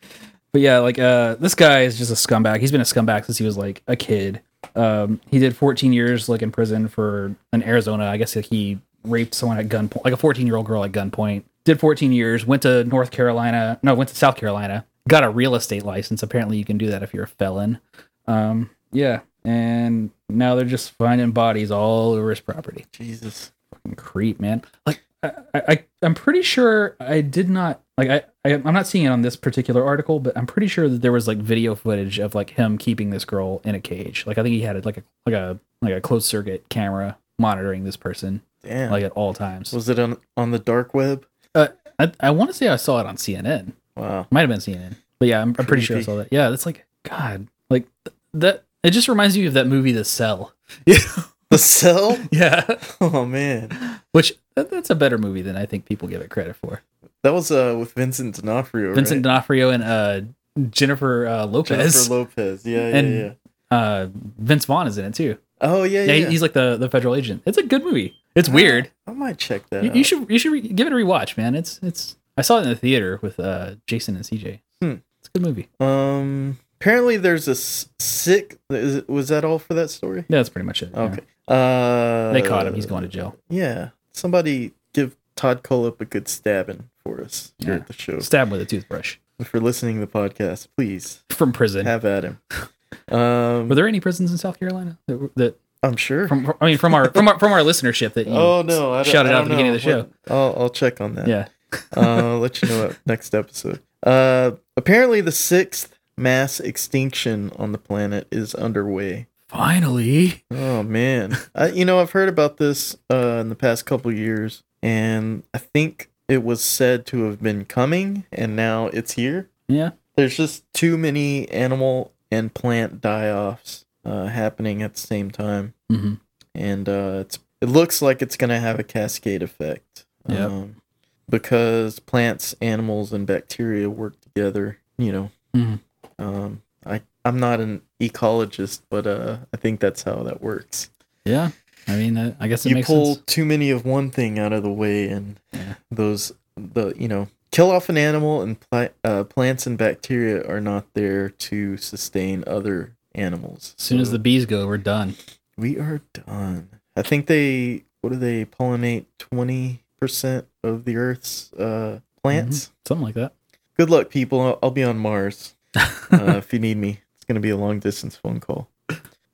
But yeah, like, uh, this guy is just a scumbag. He's been a scumbag since he was like a kid. Um, he did 14 years like in prison for in Arizona. I guess like, he raped someone at gunpoint, like a 14 year old girl at gunpoint. Did 14 years. Went to North Carolina. No, went to South Carolina. Got a real estate license. Apparently, you can do that if you're a felon. Um, yeah, and now they're just finding bodies all over his property Jesus. fucking creep, man. Like I, I, I- I'm pretty sure I did not like I, I, I'm not seeing it on this particular article, but I'm pretty sure that there was like video footage of like him keeping this girl in a cage. Like I think he had like a like a like a closed circuit camera monitoring this person Damn. like at all times. Uh, was it on on the dark web? I, I want to say I saw it on CNN. Wow. Might have been CNN, but yeah, I'm, I'm pretty sure I Creepy. saw that. Yeah, that's like God, like th- that. It just reminds me of that movie, The Cell. Yeah, The cell? yeah. Oh man. Which that, that's a better movie than I think people give it credit for. That was uh with Vincent D'Onofrio. Vincent right? D'Onofrio and uh, Jennifer uh, Lopez. Jennifer Lopez. Yeah, yeah, And- yeah. uh, Vince Vaughn is in it too. Oh yeah, Yeah, yeah. he- he's like the, the federal agent. It's a good movie. It's weird. I might check that. You, you should you should re- give it a rewatch, man. It's it's. I saw it in the theater with uh, Jason and CJ. Hmm. It's a good movie. out. Um. Apparently, there's a s- sick. Is, it- was that all for that story? Yeah, that's pretty much it. yeah. Okay. Uh. They caught him. He's going to jail. Yeah. Somebody give Todd Cullip a good stabbing for us here Yeah. at the show. Stab him with a toothbrush If you're listening to the podcast, please from prison. have at him. Um. Were there any prisons in South Carolina that, were- that I'm sure. from, from- I mean from our from our from our listenership that you oh no! I don't, shouted I out at don't the beginning know. of the show. But I'll I'll check on that. Yeah. uh, I'll let you know what next episode. Uh, apparently, the sixth mass extinction on the planet is underway. Finally. Oh man, I, you know I've heard about this uh, in the past couple years, and I think it was said to have been coming, and now it's here. Yeah. There's just too many animal and plant die-offs uh, happening at the same time hmm and uh, it's it looks like it's going to have a cascade effect. Yep. Um, because plants, animals, and bacteria work together. You know, Mhm. um, I I'm not an ecologist, but uh, I think that's how that works. Yeah. I mean, uh, I guess it you makes pull sense. too many of one thing out of the way, and Yeah. those the you know kill off an animal, and pla- uh, plants and bacteria are not there to sustain other animals. As soon as So- the bees go, we're done. we are done. I think they what do they pollinate twenty percent of the Earth's uh, plants. Something like that. Good luck, people. I'll, I'll be on Mars uh, if you need me. It's gonna be a long distance phone call.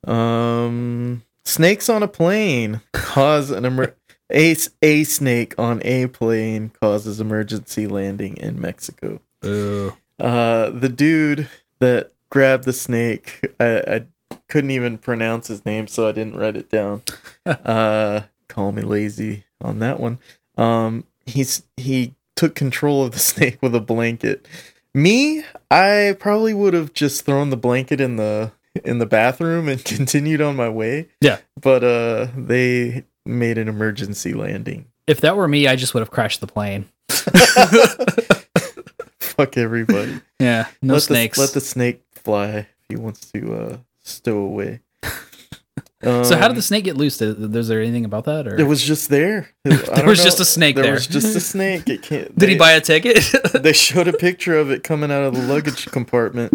Um, snakes on a plane cause an emer- a a snake on a plane causes emergency landing in Mexico. Ooh. Uh, the dude that grabbed the snake, I, I couldn't even pronounce his name, so I didn't write it down. uh, call me lazy on that one. Um, he's he took control of the snake with a blanket. Me, I probably would have just thrown the blanket in the in the bathroom and continued on my way. Yeah. but uh, they made an emergency landing. If that were me, I just would have crashed the plane. Fuck everybody. Yeah. No let snakes. The, let the snake fly if he wants to uh, stow away. so how did the Um, snake get loose? Did, was there anything about that? Or It was just there. there was just a snake There there. was just a snake. It can't. Did he they- buy a ticket? They showed a picture of it coming out of the luggage compartment,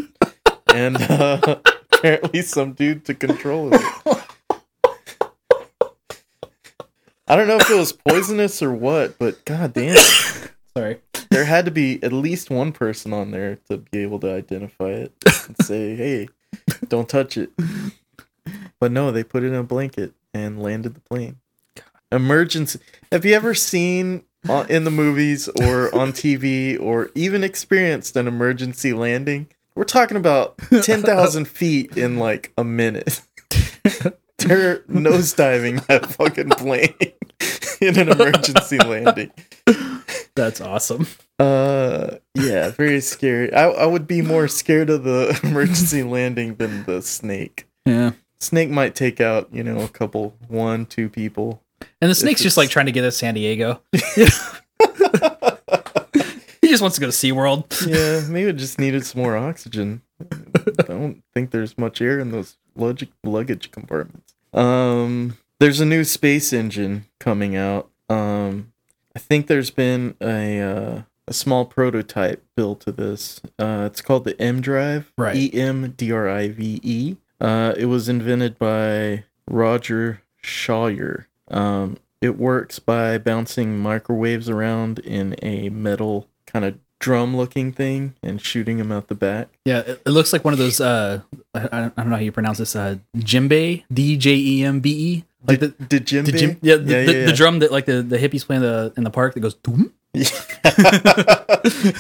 and uh, apparently some dude to control it. I don't know if it was poisonous or what, but god damn, Sorry. there had to be at least one person on there to be able to identify it and say, "Hey, don't touch it." But no, they put it in a blanket and landed the plane. Emergency. Have you ever seen uh, in the movies or on TV or even experienced an emergency landing? We're talking about 10,000 feet in like a minute. They're nosediving that fucking plane in an emergency landing. That's awesome. Uh, yeah, very scary. I, I would be more scared of the emergency landing than the snake. Yeah. Snake might take out, you know, a couple, one, two people. And the snake's just like trying to get to San Diego. he just wants to go to SeaWorld. Yeah, maybe it just needed some more oxygen. I don't think there's much air in those luggage luggage compartments. Um, there's a new space engine coming out. Um, I think there's been a uh, a small prototype built to this. Uh, it's called the M Drive. Right. E M D R I V E. Uh, it was invented by Roger Shawyer. Um, it works by bouncing microwaves around in a metal kind of drum-looking thing and shooting them out the back. Yeah, it, it looks like one of those. Uh, I, I don't I don't know how you pronounce this. Uh, djembe, D J E M B E. Like the, the djembe? the djem- yeah, the, the, yeah, the drum that like the, the hippies play in the in the park that goes doom yeah.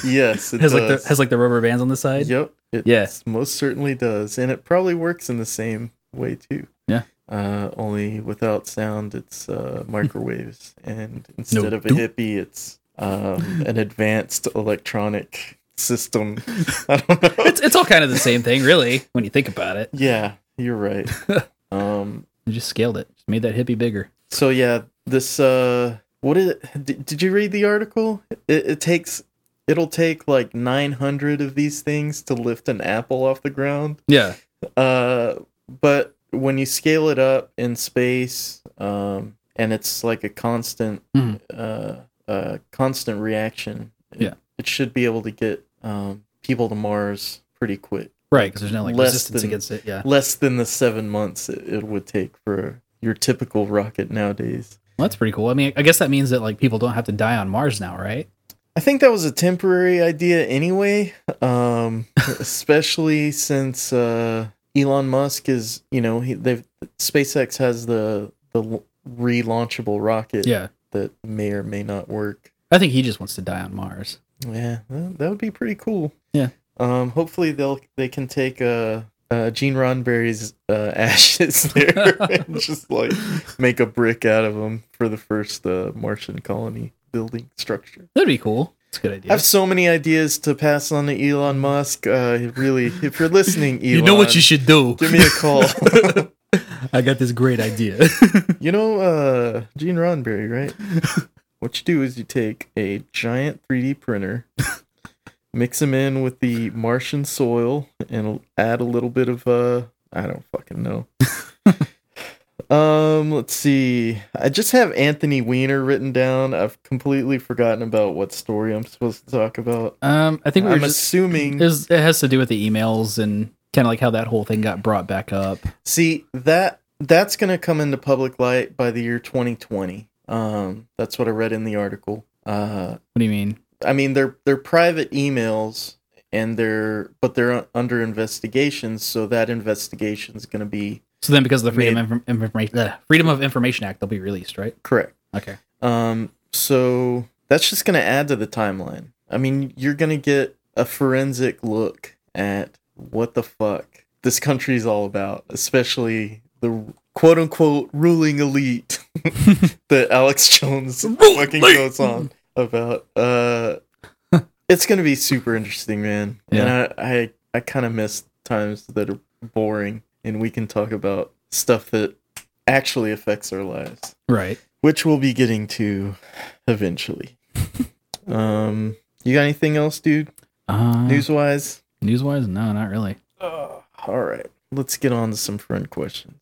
yes, it has like does. the has like the rubber bands on the side. Yep. It Yeah. most certainly does. And it probably works in the same way too. Yeah. Hmm. Uh, only without sound, it's uh, microwaves. and instead of a doop. hippie, it's um, an advanced electronic system. I don't know. It's it's all kind of the same thing, really, when you think about it. yeah, you're right. um, You just scaled it, just made that hippie bigger. so, yeah, this. Uh, what is it? Did, did you read the article? It, it takes. It'll take like 900 of these things to lift an apple off the ground. Yeah, Uh, but when you scale it up in space, um, and it's like a constant, Mhm. uh, uh, constant reaction. it- Yeah. it should be able to get um, people to Mars pretty quick, right. Because there's no like Less resistance than- against it. Yeah, less than the seven months it, it would take for your typical rocket nowadays. well, that's pretty cool. I mean, I guess that means that like people don't have to die on Mars now, right? I think that was a temporary idea anyway, um, especially since uh, Elon Musk is, you know, he, they've SpaceX has the the l- relaunchable rocket Yeah, that may or may not work. I think he just wants to die on Mars. Yeah, that that would be pretty cool. Yeah. Um, hopefully they'll they can take uh, uh, Gene Roddenberry's uh, ashes there and just like make a brick out of them for the first uh, Martian colony building structure. That'd be cool. It's a good I idea. have so many ideas to pass on to Elon Musk. Uh, really, if you're listening, Elon, should do. give me a call. I got this great idea. you know, uh, Gene Roddenberry, right? What you do is you take a giant 3D printer, mix them in with the Martian soil, and add a little bit of uh, I don't fucking know. um, let's see. I just have Anthony Weiner written down. I've completely forgotten about what story I'm supposed to talk about. um, I think we were I'm just, assuming it, was- it has to do with the emails and kind of like how that whole thing got brought back up. See that that's going to come into public light by the year 2020. Um, that's what I read in the article. Uh, What do you mean? I mean they're they're private emails and they're but they're u- under investigation, so that investigation is going to be So then, because of the Freedom Made- of Infor- Information uh, Freedom of Information Act, they'll be released, right? correct. Okay. Um, so that's just going to add to the timeline. I mean, you're going to get a forensic look at what the fuck this country's all about, especially the quote unquote ruling elite that Alex Jones fucking goes on about. Uh, it's going to be super interesting, man. And I, I, I kind of miss times that are boring and we can talk about stuff that actually affects our lives Right. which we'll be getting to eventually. um, you got anything else, dude? Uh, News wise? Newswise? No, not really. All right, let's get on to some friend questions.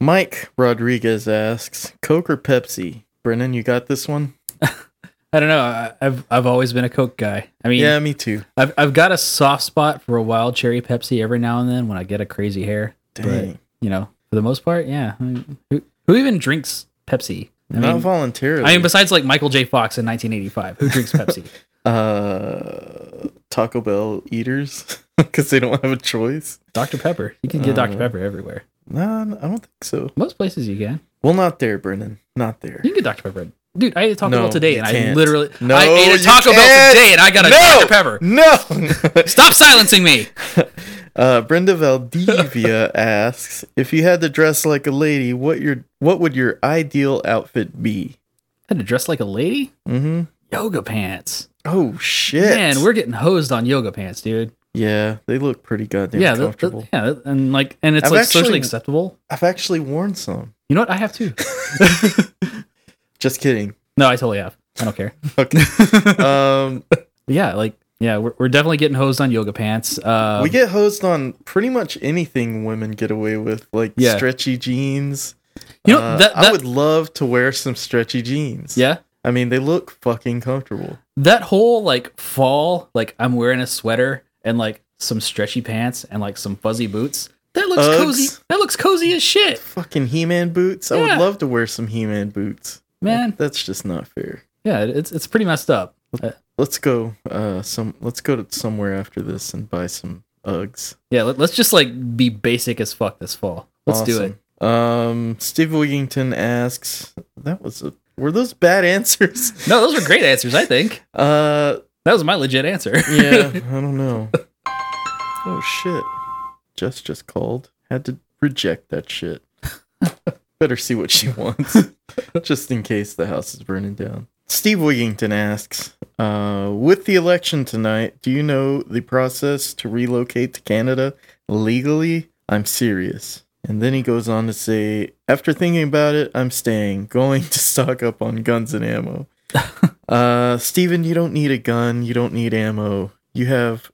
Mike Rodriguez asks, Coke or Pepsi? Brennan, you got this one? I don't know. I, I've I've always been a Coke guy. I mean, Yeah, me too. I've I've got a soft spot for a wild cherry Pepsi every now and then when I get a crazy hair. Dang. You know, for the most part, yeah. I mean, who who even drinks Pepsi? I Not mean, voluntarily. I mean, besides like Michael J. Fox in 1985, who drinks Pepsi? uh, Taco Bell eaters because they don't have a choice. Dr. Pepper. You can get Dr. Uh, Pepper everywhere. No, no, I don't think so. Most places you can. Well, not there, Brennan. Not there. You can get Dr. Pepper. Dude, I ate a Taco No, Bell today you and I can't. literally No, I ate a you Taco Bell can't. today and I got a No! Dr. Pepper. No. Stop silencing me. uh, Brenda Valdivia asks if you had to dress like a lady, what your what would your ideal outfit be? I had to dress like a lady? Mm-hmm. Yoga pants. Oh shit! Man, we're getting hosed on yoga pants, dude. yeah, they look pretty goddamn yeah, th- th- comfortable. yeah, th- and like and it's I've like actually- socially acceptable. I've actually worn some. You know what? I have too. Just kidding. no, I totally have. I don't care. Okay. um, yeah, like yeah, we're, we're definitely getting hosed on yoga pants. Uh we get hosed on pretty much anything women get away with, like Yeah. stretchy jeans. You know, Uh, that- I that- would love to wear some stretchy jeans. yeah. I mean they look fucking comfortable. that whole like fall like i'm wearing a sweater and like some stretchy pants and like some fuzzy boots that looks Uggs. cozy that looks cozy as shit Fucking He-Man boots. I Yeah. would love to wear some He-Man boots. man That's just not fair. yeah it- it's it's pretty messed up Let's go. Uh, some. Let's go to somewhere after this and buy some Uggs. yeah let, us just like be basic as fuck this fall let's do it it. Um, Steve Wigington asks. That was a. Were those bad answers? no those were great answers i think Uh, that was my legit answer yeah. I don't know. Oh shit! Jess just called. Had to reject that shit. Better see what she wants, just in case the house is burning down. Steve Wigington asks, uh, "With the election tonight, do you know the process to relocate to Canada legally? I'm serious." And then he goes on to say, "After thinking about it, I'm staying. Going to stock up on guns and ammo." uh, Steven, you don't need a gun. You don't need ammo. You have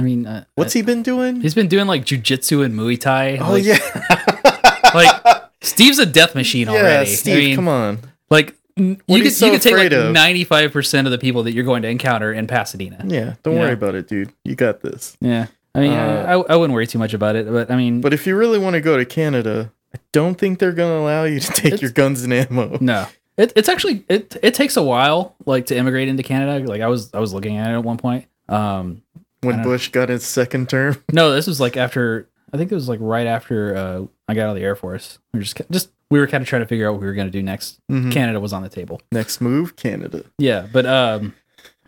i mean uh, what's he been doing? he's been doing like jujitsu and muay thai Oh like, yeah, like steve's a death machine yeah. already Steve, I mean, come on. like n- What you are you could, so you could take like afraid of? 95% of the people that you're going to encounter in pasadena Yeah, don't Yeah. worry about it, dude. You got this. Yeah. I mean, Uh, I, I wouldn't worry too much about it, but I mean, But if you really want to go to Canada, I don't think they're going to allow you to take It's- your guns and ammo. no, it, it's actually it it takes a while like to immigrate into Canada. Like I was I was looking at it at one point. Um, When I don't- Bush got his second term, no, this was like after I think it was like right after uh, I got out of the Air Force. We were just ki- just we were kind of trying to figure out what we were gonna do next. Mhm. Canada was on the table. next move Canada. Yeah, but um,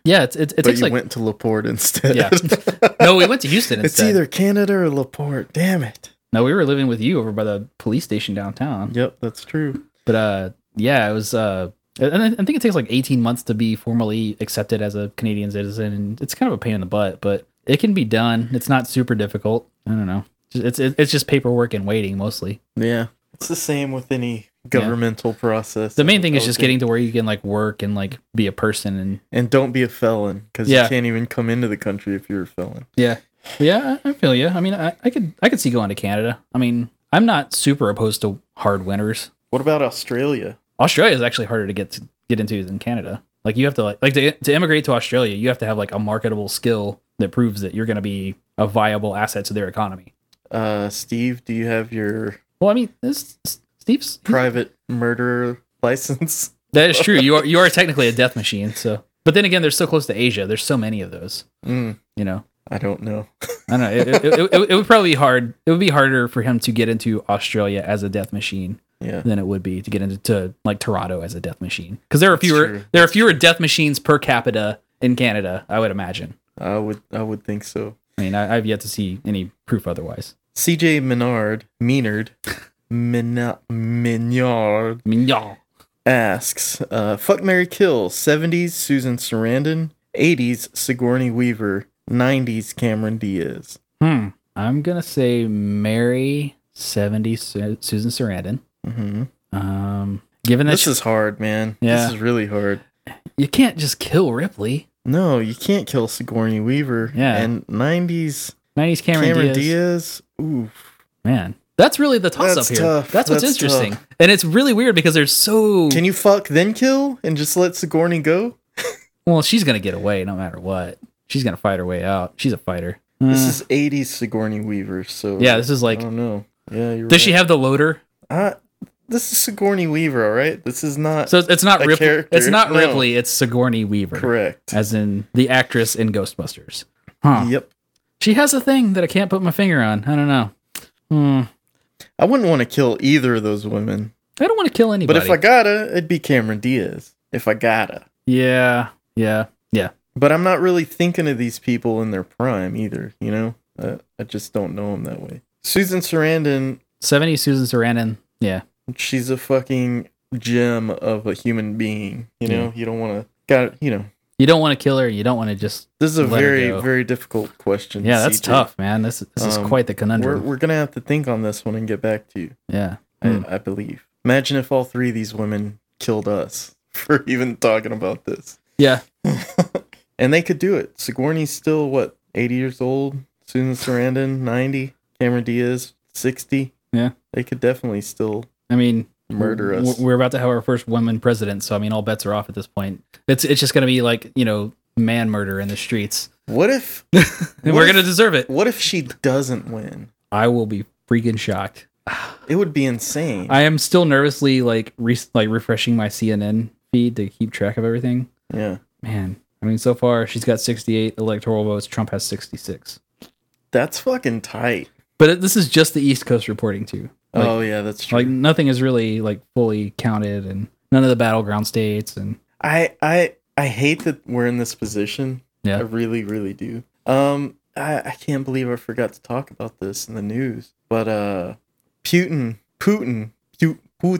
yeah, it's it's it but takes you like went to Laporte instead. Yeah. no, we went to Houston it's instead. either Canada or Laporte. Damn it. no, we were living with you over by the police station downtown. Yep, that's true. but uh yeah it was uh and I I think it takes like 18 months to be formally accepted as a Canadian citizen, and it's kind of a pain in the butt, but it can be done. It's not super difficult. I don't know. It's it's it's just paperwork and waiting mostly. Yeah, it's the same with any governmental process. The I main would- thing I is would just think. getting to where you can like work and like be a person and and don't be a felon because Yeah. you can't even come into the country if you're a felon. Yeah. Yeah, I I feel you. I mean, I, I could I could see going to Canada. I mean, I'm not super opposed to hard winters. What about Australia? Australia is actually harder to get to get into than Canada. Like you have to like like to, to immigrate to Australia, you have to have like a marketable skill that proves that you're going to be a viable asset to their economy. Uh, Steve, do you have your Well, I mean, this Steve's private murderer license? that is true. You are you are technically a death machine. So, but then again, they're so close to Asia. There's so many of those. Mm, You know, I don't know. I don't know. It, it, it, it, it would probably be hard. It would be harder for him to get into Australia as a death machine Yeah. than it would be to get into to, like Toronto as a death machine because there are fewer true. there are fewer death machines per capita in Canada. I would imagine. I would I would think so. I mean, I, I've yet to see any proof otherwise. CJ Menard, Menard, Mena- Menard I mean, y'all. asks, uh, fuck Mary Kill, 70s Susan Sarandon, 80s Sigourney Weaver, 90s Cameron Diaz. Hmm. I'm gonna say Mary seventy Su- Susan Sarandon. hmm Um, given that This she- is hard, man. Yeah. This is really hard. you can't just kill Ripley, No, you can't kill Sigourney Weaver. Yeah. And 90s nineties Cameron, Cameron Diaz. Diaz. Oof. Man, That's really the toss That's up here. tough. That's what's That's interesting. And it's really weird because there's so Can you fuck then kill and just let Sigourney go? well, she's gonna get away no matter what. She's gonna fight her way out. She's a fighter. This Mm. is 80s Sigourney Weaver, so yeah, this is like I don't know. Yeah, you're does she right. have the loader? Uh, this is Sigourney Weaver, all right? This is not So it's, it's not A Ripley. character, It's not no. Ripley, it's Sigourney Weaver. correct. As in the actress in Ghostbusters. uh, Huh. Yep. She has a thing that I can't put my finger on. I don't know. Hmm. I wouldn't want to kill either of those women. I don't want to kill anybody. But if I gotta, it'd be Cameron Diaz. If I gotta. yeah, yeah, yeah. But I'm not really thinking of these people in their prime either, you know? Uh, I just don't know them that way. Susan Sarandon, Seventy Susan Sarandon. Yeah, she's a fucking gem of a human being, you know? You don't want to, got, you know, you don't want to kill her. You don't want to just. this is a Let her very, go. very difficult question. Yeah, that's CJ. tough, man. This this is Um, quite the We're, conundrum. we're gonna have to think on this one and get back to you. yeah. Hmm. I, I believe. Imagine if all three of these women killed us for even talking about this. Yeah. and they could do it. Sigourney's still what, eighty years old? Susan Sarandon, ninety. Cameron Diaz, sixty. Yeah. They could definitely still I mean, murder us. we're- We're about to have our first woman president, so I mean, all bets are off at this point. It's it's just gonna be like you know man murder in the streets, What if and What we're if- gonna deserve it. what if she doesn't win? I will be freaking shocked. It would be insane. I am still nervously like re- like refreshing my CNN feed to keep track of everything. yeah. Man, I mean, so far she's got 68 electoral votes. Trump has 66. That's fucking tight. But it, this is just the East Coast reporting too. Like, oh yeah, that's true. like nothing is really like fully counted, and none of the battleground states. And I I I hate that we're in this position. Yeah. I really, really do. Um I, I can't believe I forgot to talk about this in the news. But uh Putin Putin Pu- Putin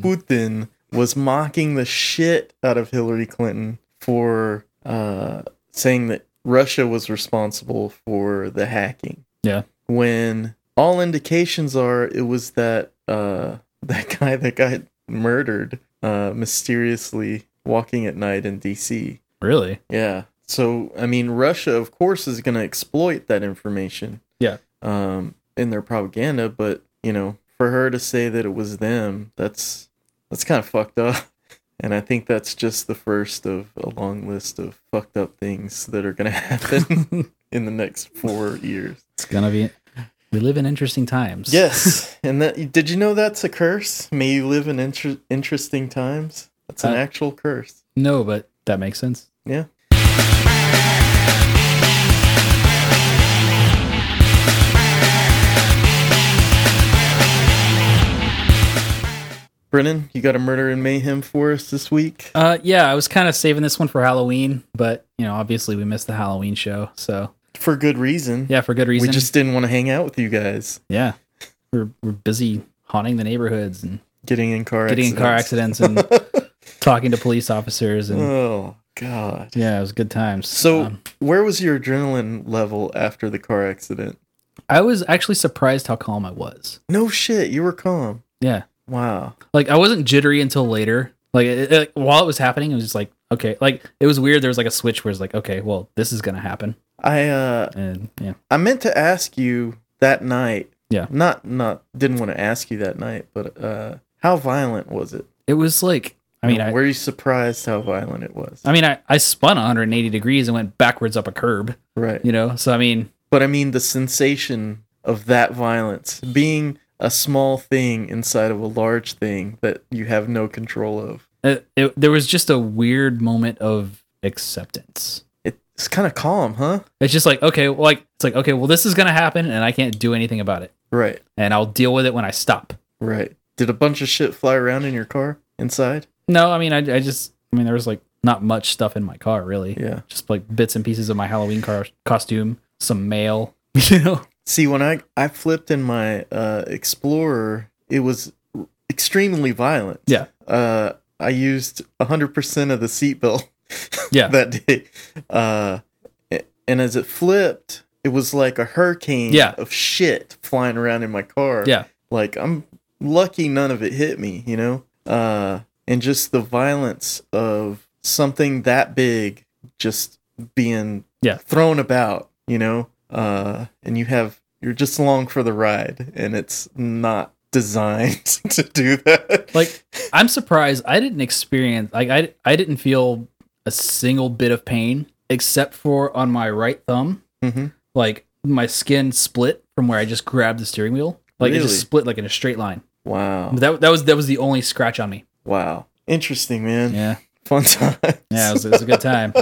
Putin, Putin was mocking the shit out of Hillary Clinton for uh saying that Russia was responsible for the hacking. Yeah. When all indications are it was that uh that guy that got murdered uh mysteriously walking at night in DC. really, Yeah. So I mean Russia of course is going to exploit that information. Yeah. Um in their propaganda, but you know, for her to say that it was them, that's that's kind of fucked up. And I think that's just the first of a long list of fucked up things that are going to happen in the next 4 years. it's gonna be. We live in interesting times. Yes, and that did you know that's a curse? May you live in inter- interesting times. That's an Uh, actual curse. No, but that makes sense. Yeah. Brennan, you got a murder in mayhem for us this week? Uh, yeah, I was kind of saving this one for Halloween, but you know, obviously we missed the Halloween show, so For good reason. yeah, for good reason. We just didn't want to hang out with you guys yeah, we're we're busy haunting the neighborhoods and getting in car getting in car accidents. accidents and talking to police officers and Oh god. yeah, it was good times. So, Um, where was your adrenaline level after the car accident? I was actually surprised how calm I was. No shit, you were calm. Yeah, Wow. like I wasn't jittery until later. Like it, it- while it was happening, it was just like okay, like it was weird. There was like a switch where it's like okay, well this is gonna happen, I uh and yeah, I meant to ask you that night. Yeah. Not not didn't want to ask you that night, but uh how violent was it? it was like I mean, I, Uh, were you surprised how violent it was? I mean, I, I spun 180 degrees and went backwards up a curb, right. you know. So I mean, But I mean the sensation of that violence being a small thing inside of a large thing that you have no control of. it, it, there was just a weird moment of acceptance. It's kind of calm, huh? It's just like okay, well, like it's like okay, well this is gonna happen, and I can't do anything about it, Right. and I'll deal with it when I stop. Right. Did a bunch of shit fly around in your car inside? No, I mean, I, I just, I mean, there was like not much stuff in my car, really. Yeah. Just like bits and pieces of my Halloween car costume, some mail, you know. See, when I I flipped in my uh, Explorer, it was extremely violent. Yeah. Uh, I used 100% of the seatbelt Yeah. that day. Uh, a- and as it flipped, it was like a hurricane Yeah. of shit flying around in my car. Yeah. Like, I'm lucky none of it hit me, you know? Uh, and just the violence of something that big just being Yeah. thrown about, you know? Uh, and you have You're just along for the ride, and it's not designed to do that. Like, I'm surprised I didn't experience like I I didn't feel a single bit of pain except for on my right thumb. Mhm. Like my skin split from where I just grabbed the steering wheel. Like it Really? Oh. just split like in a straight line. wow, But that that was that was the only scratch on me. wow, interesting, man. Yeah, Fun time. yeah, it was, it was a good time.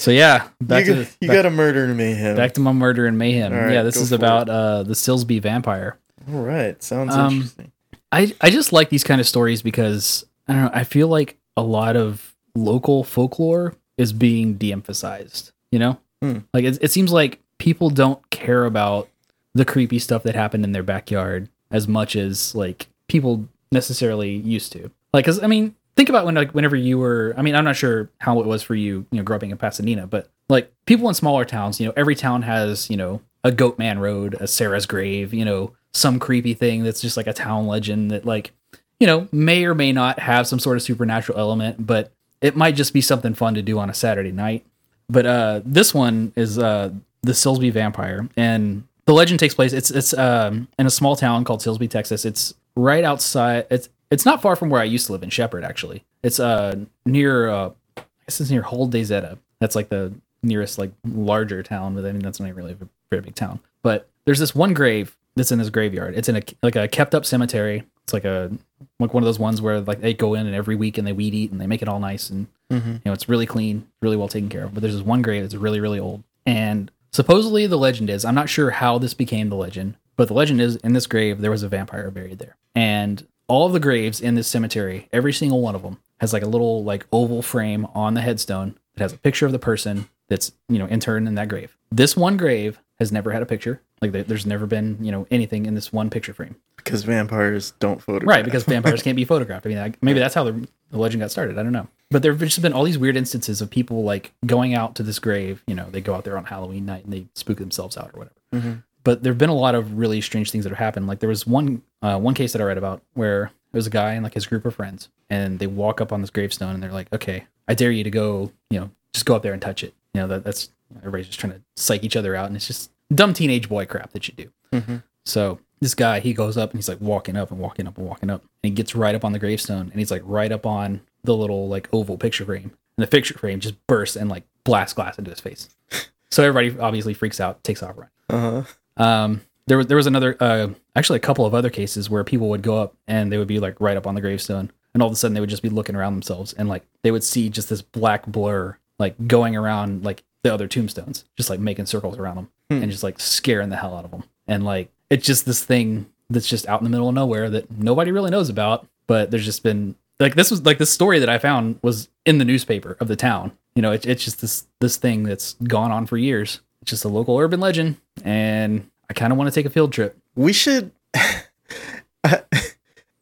So yeah, back you to got, the, you back, got a murder in mayhem. back to my murder and mayhem. All right, yeah, this go is for it. about uh, the Silsby vampire. All right, sounds Um, interesting. I I just like these kind of stories because I don't know. I feel like a lot of local folklore is being de-emphasized. You know, Hmm. like it, it seems like people don't care about the creepy stuff that happened in their backyard as much as like people necessarily used to. Like, cause I mean, think about when like whenever you were. I mean, I'm not sure how it was for you, you know, growing up in Pasadena, but like people in smaller towns, you know, every town has you know a Goatman Road, a Sarah's Grave, you know, some creepy thing that's just like a town legend that like you know may or may not have some sort of supernatural element, but it might just be something fun to do on a Saturday night. But uh, this one is uh, the Silsby Vampire, and the legend takes place. It's it's um, in a small town called Silsby, Texas. It's right outside. It's it's not far from where I used to live in Shepherd, actually. It's uh near uh, I guess it's near Holdezetta. That's like the nearest like larger town, but I mean that's not really a very big town. But there's this one grave that's in this graveyard. It's in a like a kept up cemetery. It's like a like one of those ones where like they go in and every week and they weed eat and they make it all nice and Mhm. you know, it's really clean, really well taken care of. But there's this one grave that's really, really old. And supposedly the legend is, I'm not sure how this became the legend, but the legend is in this grave, there was a vampire buried there. And all of the graves in this cemetery, every single one of them, has like a little like oval frame on the headstone that has a picture of the person that's, you know, interned in that grave. This one grave has never had a picture. Like there- there's never been, you know, anything in this one picture frame. Because vampires don't photograph. Right, because vampires can't be photographed. I mean, like, maybe that's how the, the legend got started. I don't know. But there have just been all these weird instances of people like going out to this grave. You know, they go out there on Halloween night and they spook themselves out or whatever. Mhm. But there have been a lot of really strange things that have happened. Like there was one uh, one case that I read about where there was a guy and like his group of friends, and they walk up on this gravestone and they're like, "Okay, I dare you to go. You know, just go up there and touch it. You know, that, that's everybody's just trying to psych each other out, and it's just dumb teenage boy crap that you do." Mhm. So this guy, he goes up and he's like walking up and walking up and walking up, and he gets right up on the gravestone, and he's like right up on the little like oval picture frame, and the picture frame just bursts and like blasts glass into his face. so everybody obviously freaks out, takes off running. Uh-huh. Um, there was there was another, uh, actually a couple of other cases where people would go up and they would be like right up on the gravestone, and all of a sudden they would just be looking around themselves, and like they would see just this black blur like going around like the other tombstones, just like making circles around them Hmm. and just like scaring the hell out of them. And like it's just this thing that's just out in the middle of nowhere that nobody really knows about, but there's just been like this was like this story that I found was in the newspaper of the town. You know, it, it's just this this thing that's gone on for years. It's just a local urban legend, and I kind of want to take a field trip. We should.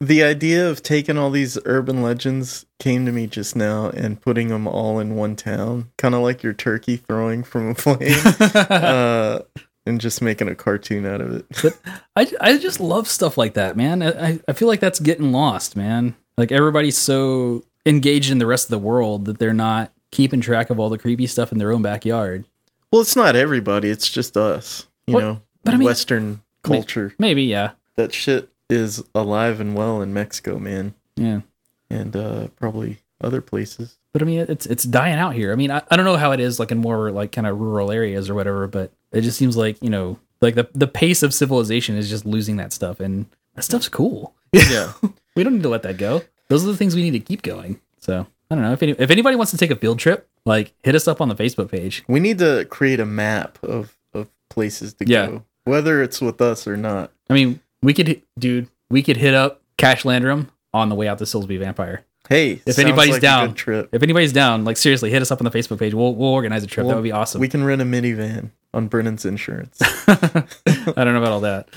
the idea of taking all these urban legends came to me just now and putting them all in one town, kind of like your turkey throwing from a plane, uh, and just making a cartoon out of it. I, I just love stuff like that, man. I, I- I feel like that's getting lost, man. Like everybody's so engaged in the rest of the world that they're not keeping track of all the creepy stuff in their own backyard. Well, it's not everybody; it's just us, you What- know. but I mean- Western I mean- culture. Maybe, yeah. that shit is alive and well in Mexico, man, Yeah. and uh, probably other places. But I mean, it's it's dying out here. I mean, I, I don't know how it is like in more like kind of rural areas or whatever, but it just seems like, you know, like the, the pace of civilization is just losing that stuff. And that stuff's cool. Yeah. We don't need to let that go. Those are the things we need to keep going. So I don't know. If, any, if anybody wants to take a field trip, like hit us up on the Facebook page. We need to create a map of of places to Yeah. go, whether it's with us or not. I mean, we could, dude, we could hit up Cash Landrum on the way out to Silsby Vampire. Hey, If sounds anybody's like a down, good trip, If anybody's down, like seriously, hit us up on the Facebook page. We'll we'll organize a trip. that Well, would be awesome. we can rent a minivan on Brennan's insurance. I don't know about all that.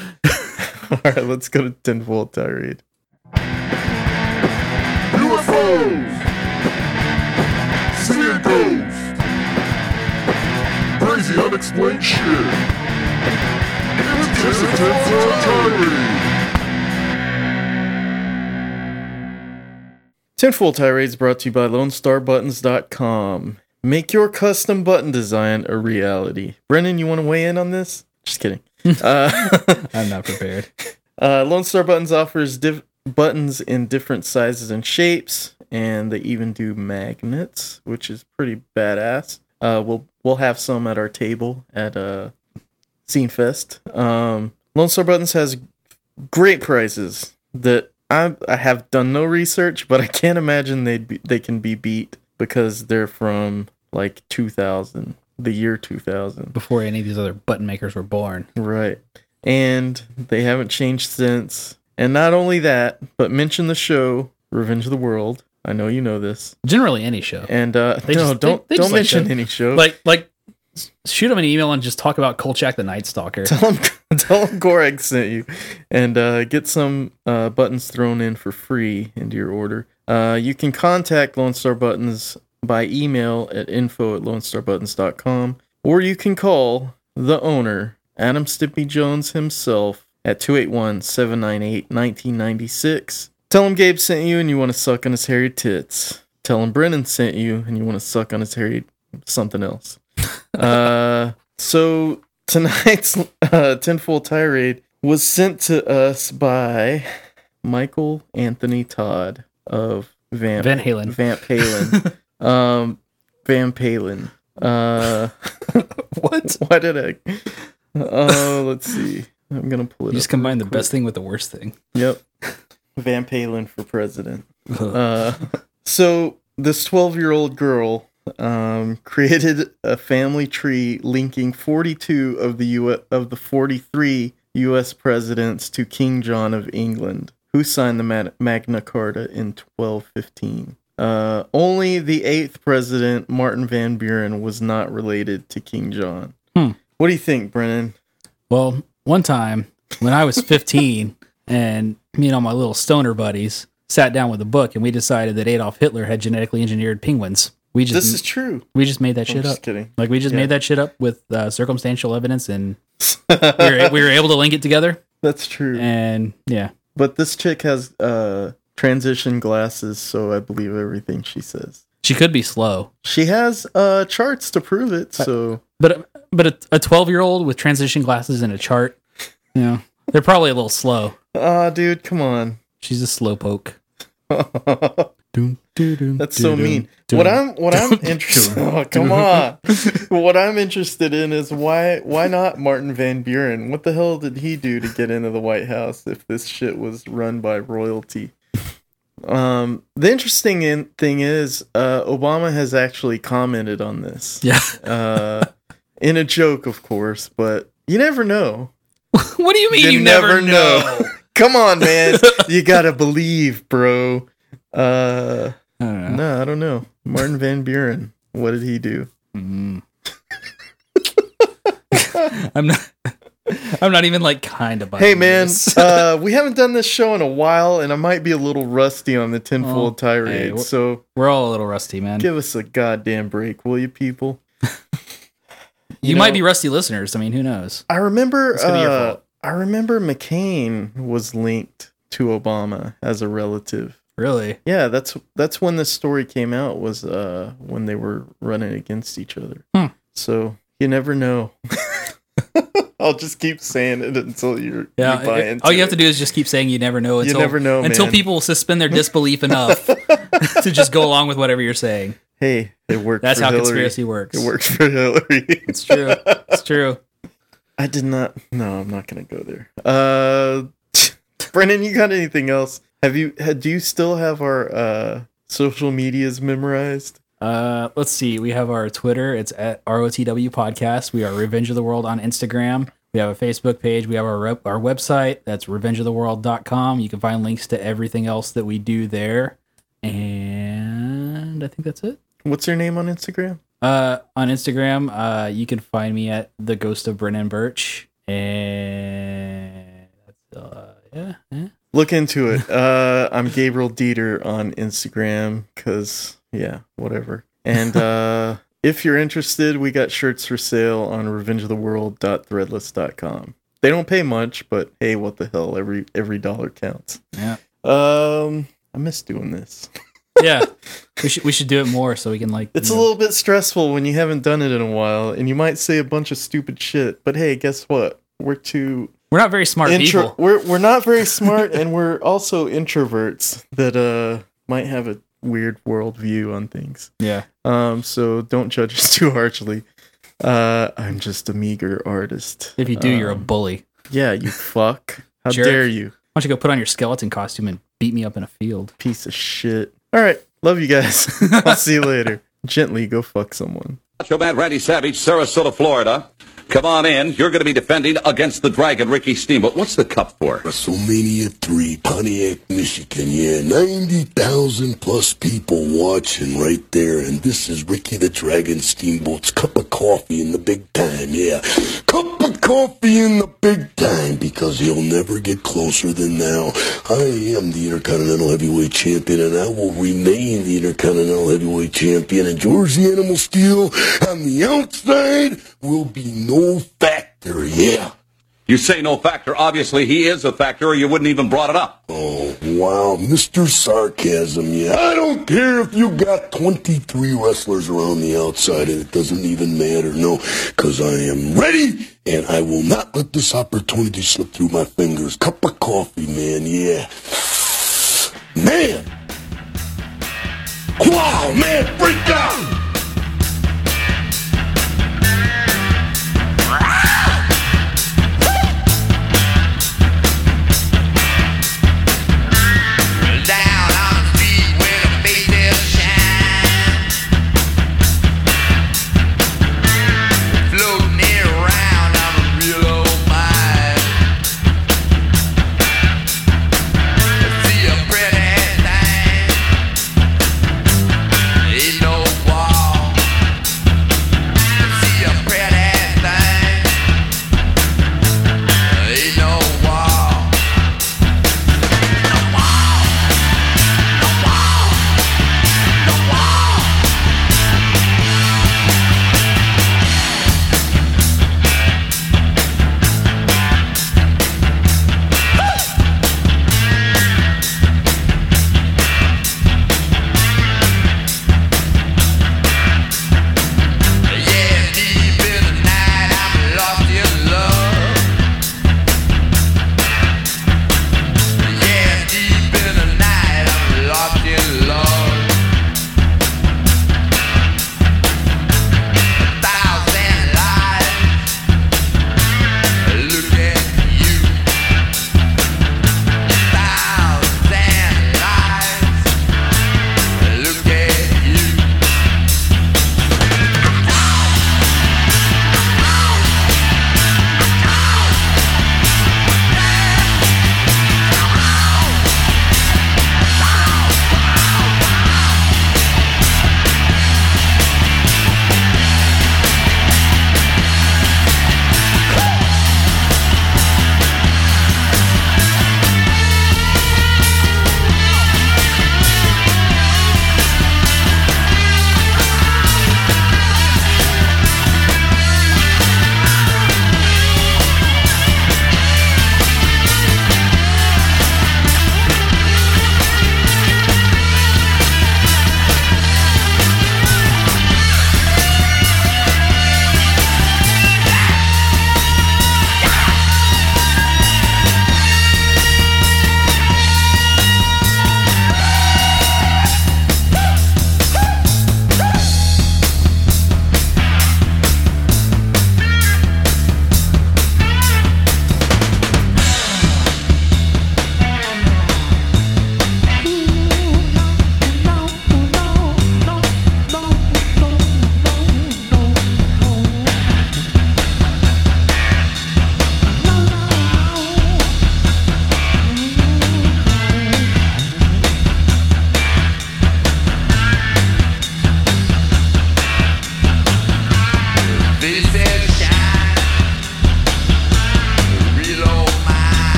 All right, let's go to Tenfold Tirade. UFOs! Seeing ghosts! Crazy unexplained shit! It's just a 10 floor tirade! Tenfold Tirades brought to you by LoneStarButtons.com. Make your custom button design a reality. Brennan, you want to weigh in on this? Just kidding. Uh, I'm not prepared. Uh, Lone Star Buttons offers diff- buttons in different sizes and shapes, and they even do magnets, which is pretty badass. Uh, we'll we'll have some at our table at uh, Scene Fest. Um, Lone Star Buttons has great prizes that I I have done no research, but I can't imagine they be, they can be beat because they're from like 2000, the year 2000. Before any of these other button makers were born. Right. And they haven't changed since. And not only that, but mention the show Revenge of the World. I know you know this. Generally, any show. And uh They no, just- they- don't they don't just like mention them. any show. Like, like, shoot them an email and just talk about Kolchak the Night Stalker. tell them tell them Goreg sent you and uh get some uh buttons thrown in for free into your order. Uh you can contact Lone Star Buttons by email at info at lonestarbuttons.com or you can call the owner, Adam Stimpy Jones himself, at 281 798 1996. Tell him Gabe sent you and you want to suck on his hairy tits. Tell him Brennan sent you and you want to suck on his hairy something else. uh, so tonight's uh, tenfold tirade was sent to us by Michael Anthony Todd of Vamp Van Halen. Vamp Halen. um, Van Palin. Uh, What? why did I? Oh, let's see. I'm gonna pull it. You just up real combine the quick. best thing with the worst thing. Yep. Van Palin for president. Uh, so this 12 year old girl um, created a family tree linking 42 of the U- of the 43 U.S. presidents to King John of England, who signed the Ma- Magna Carta in 1215. Uh, only the eighth president, Martin Van Buren, was not related to King John. Hmm. What do you think, Brennan? Well, one time when I was 15 and me and all my little stoner buddies sat down with a book and we decided that Adolf Hitler had genetically engineered penguins. We just This is true. we just made that I'm shit just up. kidding. Like we just Yeah. made that shit up with uh, circumstantial evidence and we were, we were able to link it together That's Eh, true. and yeah. But this chick has uh transition glasses, so I believe everything she says. She could be slow. She has uh charts to prove it, so But but a 12-year-old with transition glasses and a chart, you know, they're probably a little slow. ah dude, come on. She's a slowpoke. That's so mean. What I'm what I'm interested oh, come on. what I'm interested in is why why not Martin Van Buren? What the hell did he do to get into the White House if this shit was run by royalty? Um the interesting in- thing is uh Obama has actually commented on this. Yeah. uh, in a joke, of course, but you never know. what do you mean you, never, know? Come on, man. you gotta believe, bro. Uh, I don't know. no, I don't know. Martin Van Buren. What did he do? Mm. I'm not. I'm not even like kind of. Hey, man. uh, we haven't done this show in a while, and I might be a little rusty on the tenfold tirade. Oh, hey, wh- so we're all a little rusty, man. give us a goddamn break, will you, people? you might be rusty listeners. I mean, who knows? I remember. It's gonna be your uh, fault. I remember McCain was linked to Obama as a relative. Really? Yeah, that's that's when this story came out was uh when they were running against each other. Hmm. So you never know. I'll just keep saying it until you're Yeah. you buy it- into all you have it. to do is just keep saying you never know You until never know, until man. people suspend their disbelief enough to just go along with whatever you're saying. Hey, it worked. That's for how Hillary. conspiracy works. It worked for Hillary. It's true. It's true. I did not. No, I'm not gonna go there. Uh, Brennan, you got anything else? Have you? Had, do you still have our uh social medias memorized? Uh, let's see. We have our Twitter. It's at ROTW Podcast. We are Revenge of the World on Instagram. We have a Facebook page. We have our rep- our website. That's revengeoftheworld.com. You can find links to everything else that we do there. And I think that's it. What's your name on Instagram? Uh, on Instagram, uh, you can find me at the Ghost of Brennan Birch. And that's uh, yeah, yeah. Look into it. Uh, I'm Gabriel Dieter on Instagram because, yeah, whatever. And uh, if you're interested, we got shirts for sale on revengeoftheworld.threadless.com. They don't pay much, but hey, what the hell? Every every dollar counts. Yeah. Um, I miss doing this. yeah. we should we should do it more so we can like. It's you a know- little bit stressful when you haven't done it in a while, and you might say a bunch of stupid shit. But hey, guess what? we're too We're not very smart intro- people. We're we're not very smart, and we're also introverts that uh might have a weird worldview on things. Yeah. Um, so don't judge us too harshly. Uh, I'm just a meager artist. If you do, you're a Um, bully. yeah, you fuck. How Jerk. dare you, Why don't you go put on your skeleton costume and beat me up in a field? piece of shit. All right, love you guys. I'll see you later. Gently go fuck someone. Macho Man Randy Savage, Sarasota, Florida. Come on in. You're going to be defending against the Dragon, Ricky Steamboat. What's the cup for? WrestleMania 3, Pontiac, Michigan. Yeah, 90,000 plus people watching right there. And this is Ricky the Dragon Steamboat's cup of coffee in the big time. Yeah, cup of coffee in the big time because you'll never get closer than now. I am the Intercontinental Heavyweight Champion and I will remain the Intercontinental Heavyweight Champion. And George the Animal Steel on the outside will be no factor. Yeah. You say no factor. Obviously, he is a factor, or you wouldn't even brought it up. Oh, wow, Mr. Sarcasm, yeah. I don't care if you got 23 wrestlers around the outside, and it doesn't even matter, no, because I am ready, and I will not let this opportunity slip through my fingers. Cup of coffee, man, yeah. Man! Wow, man, freak out!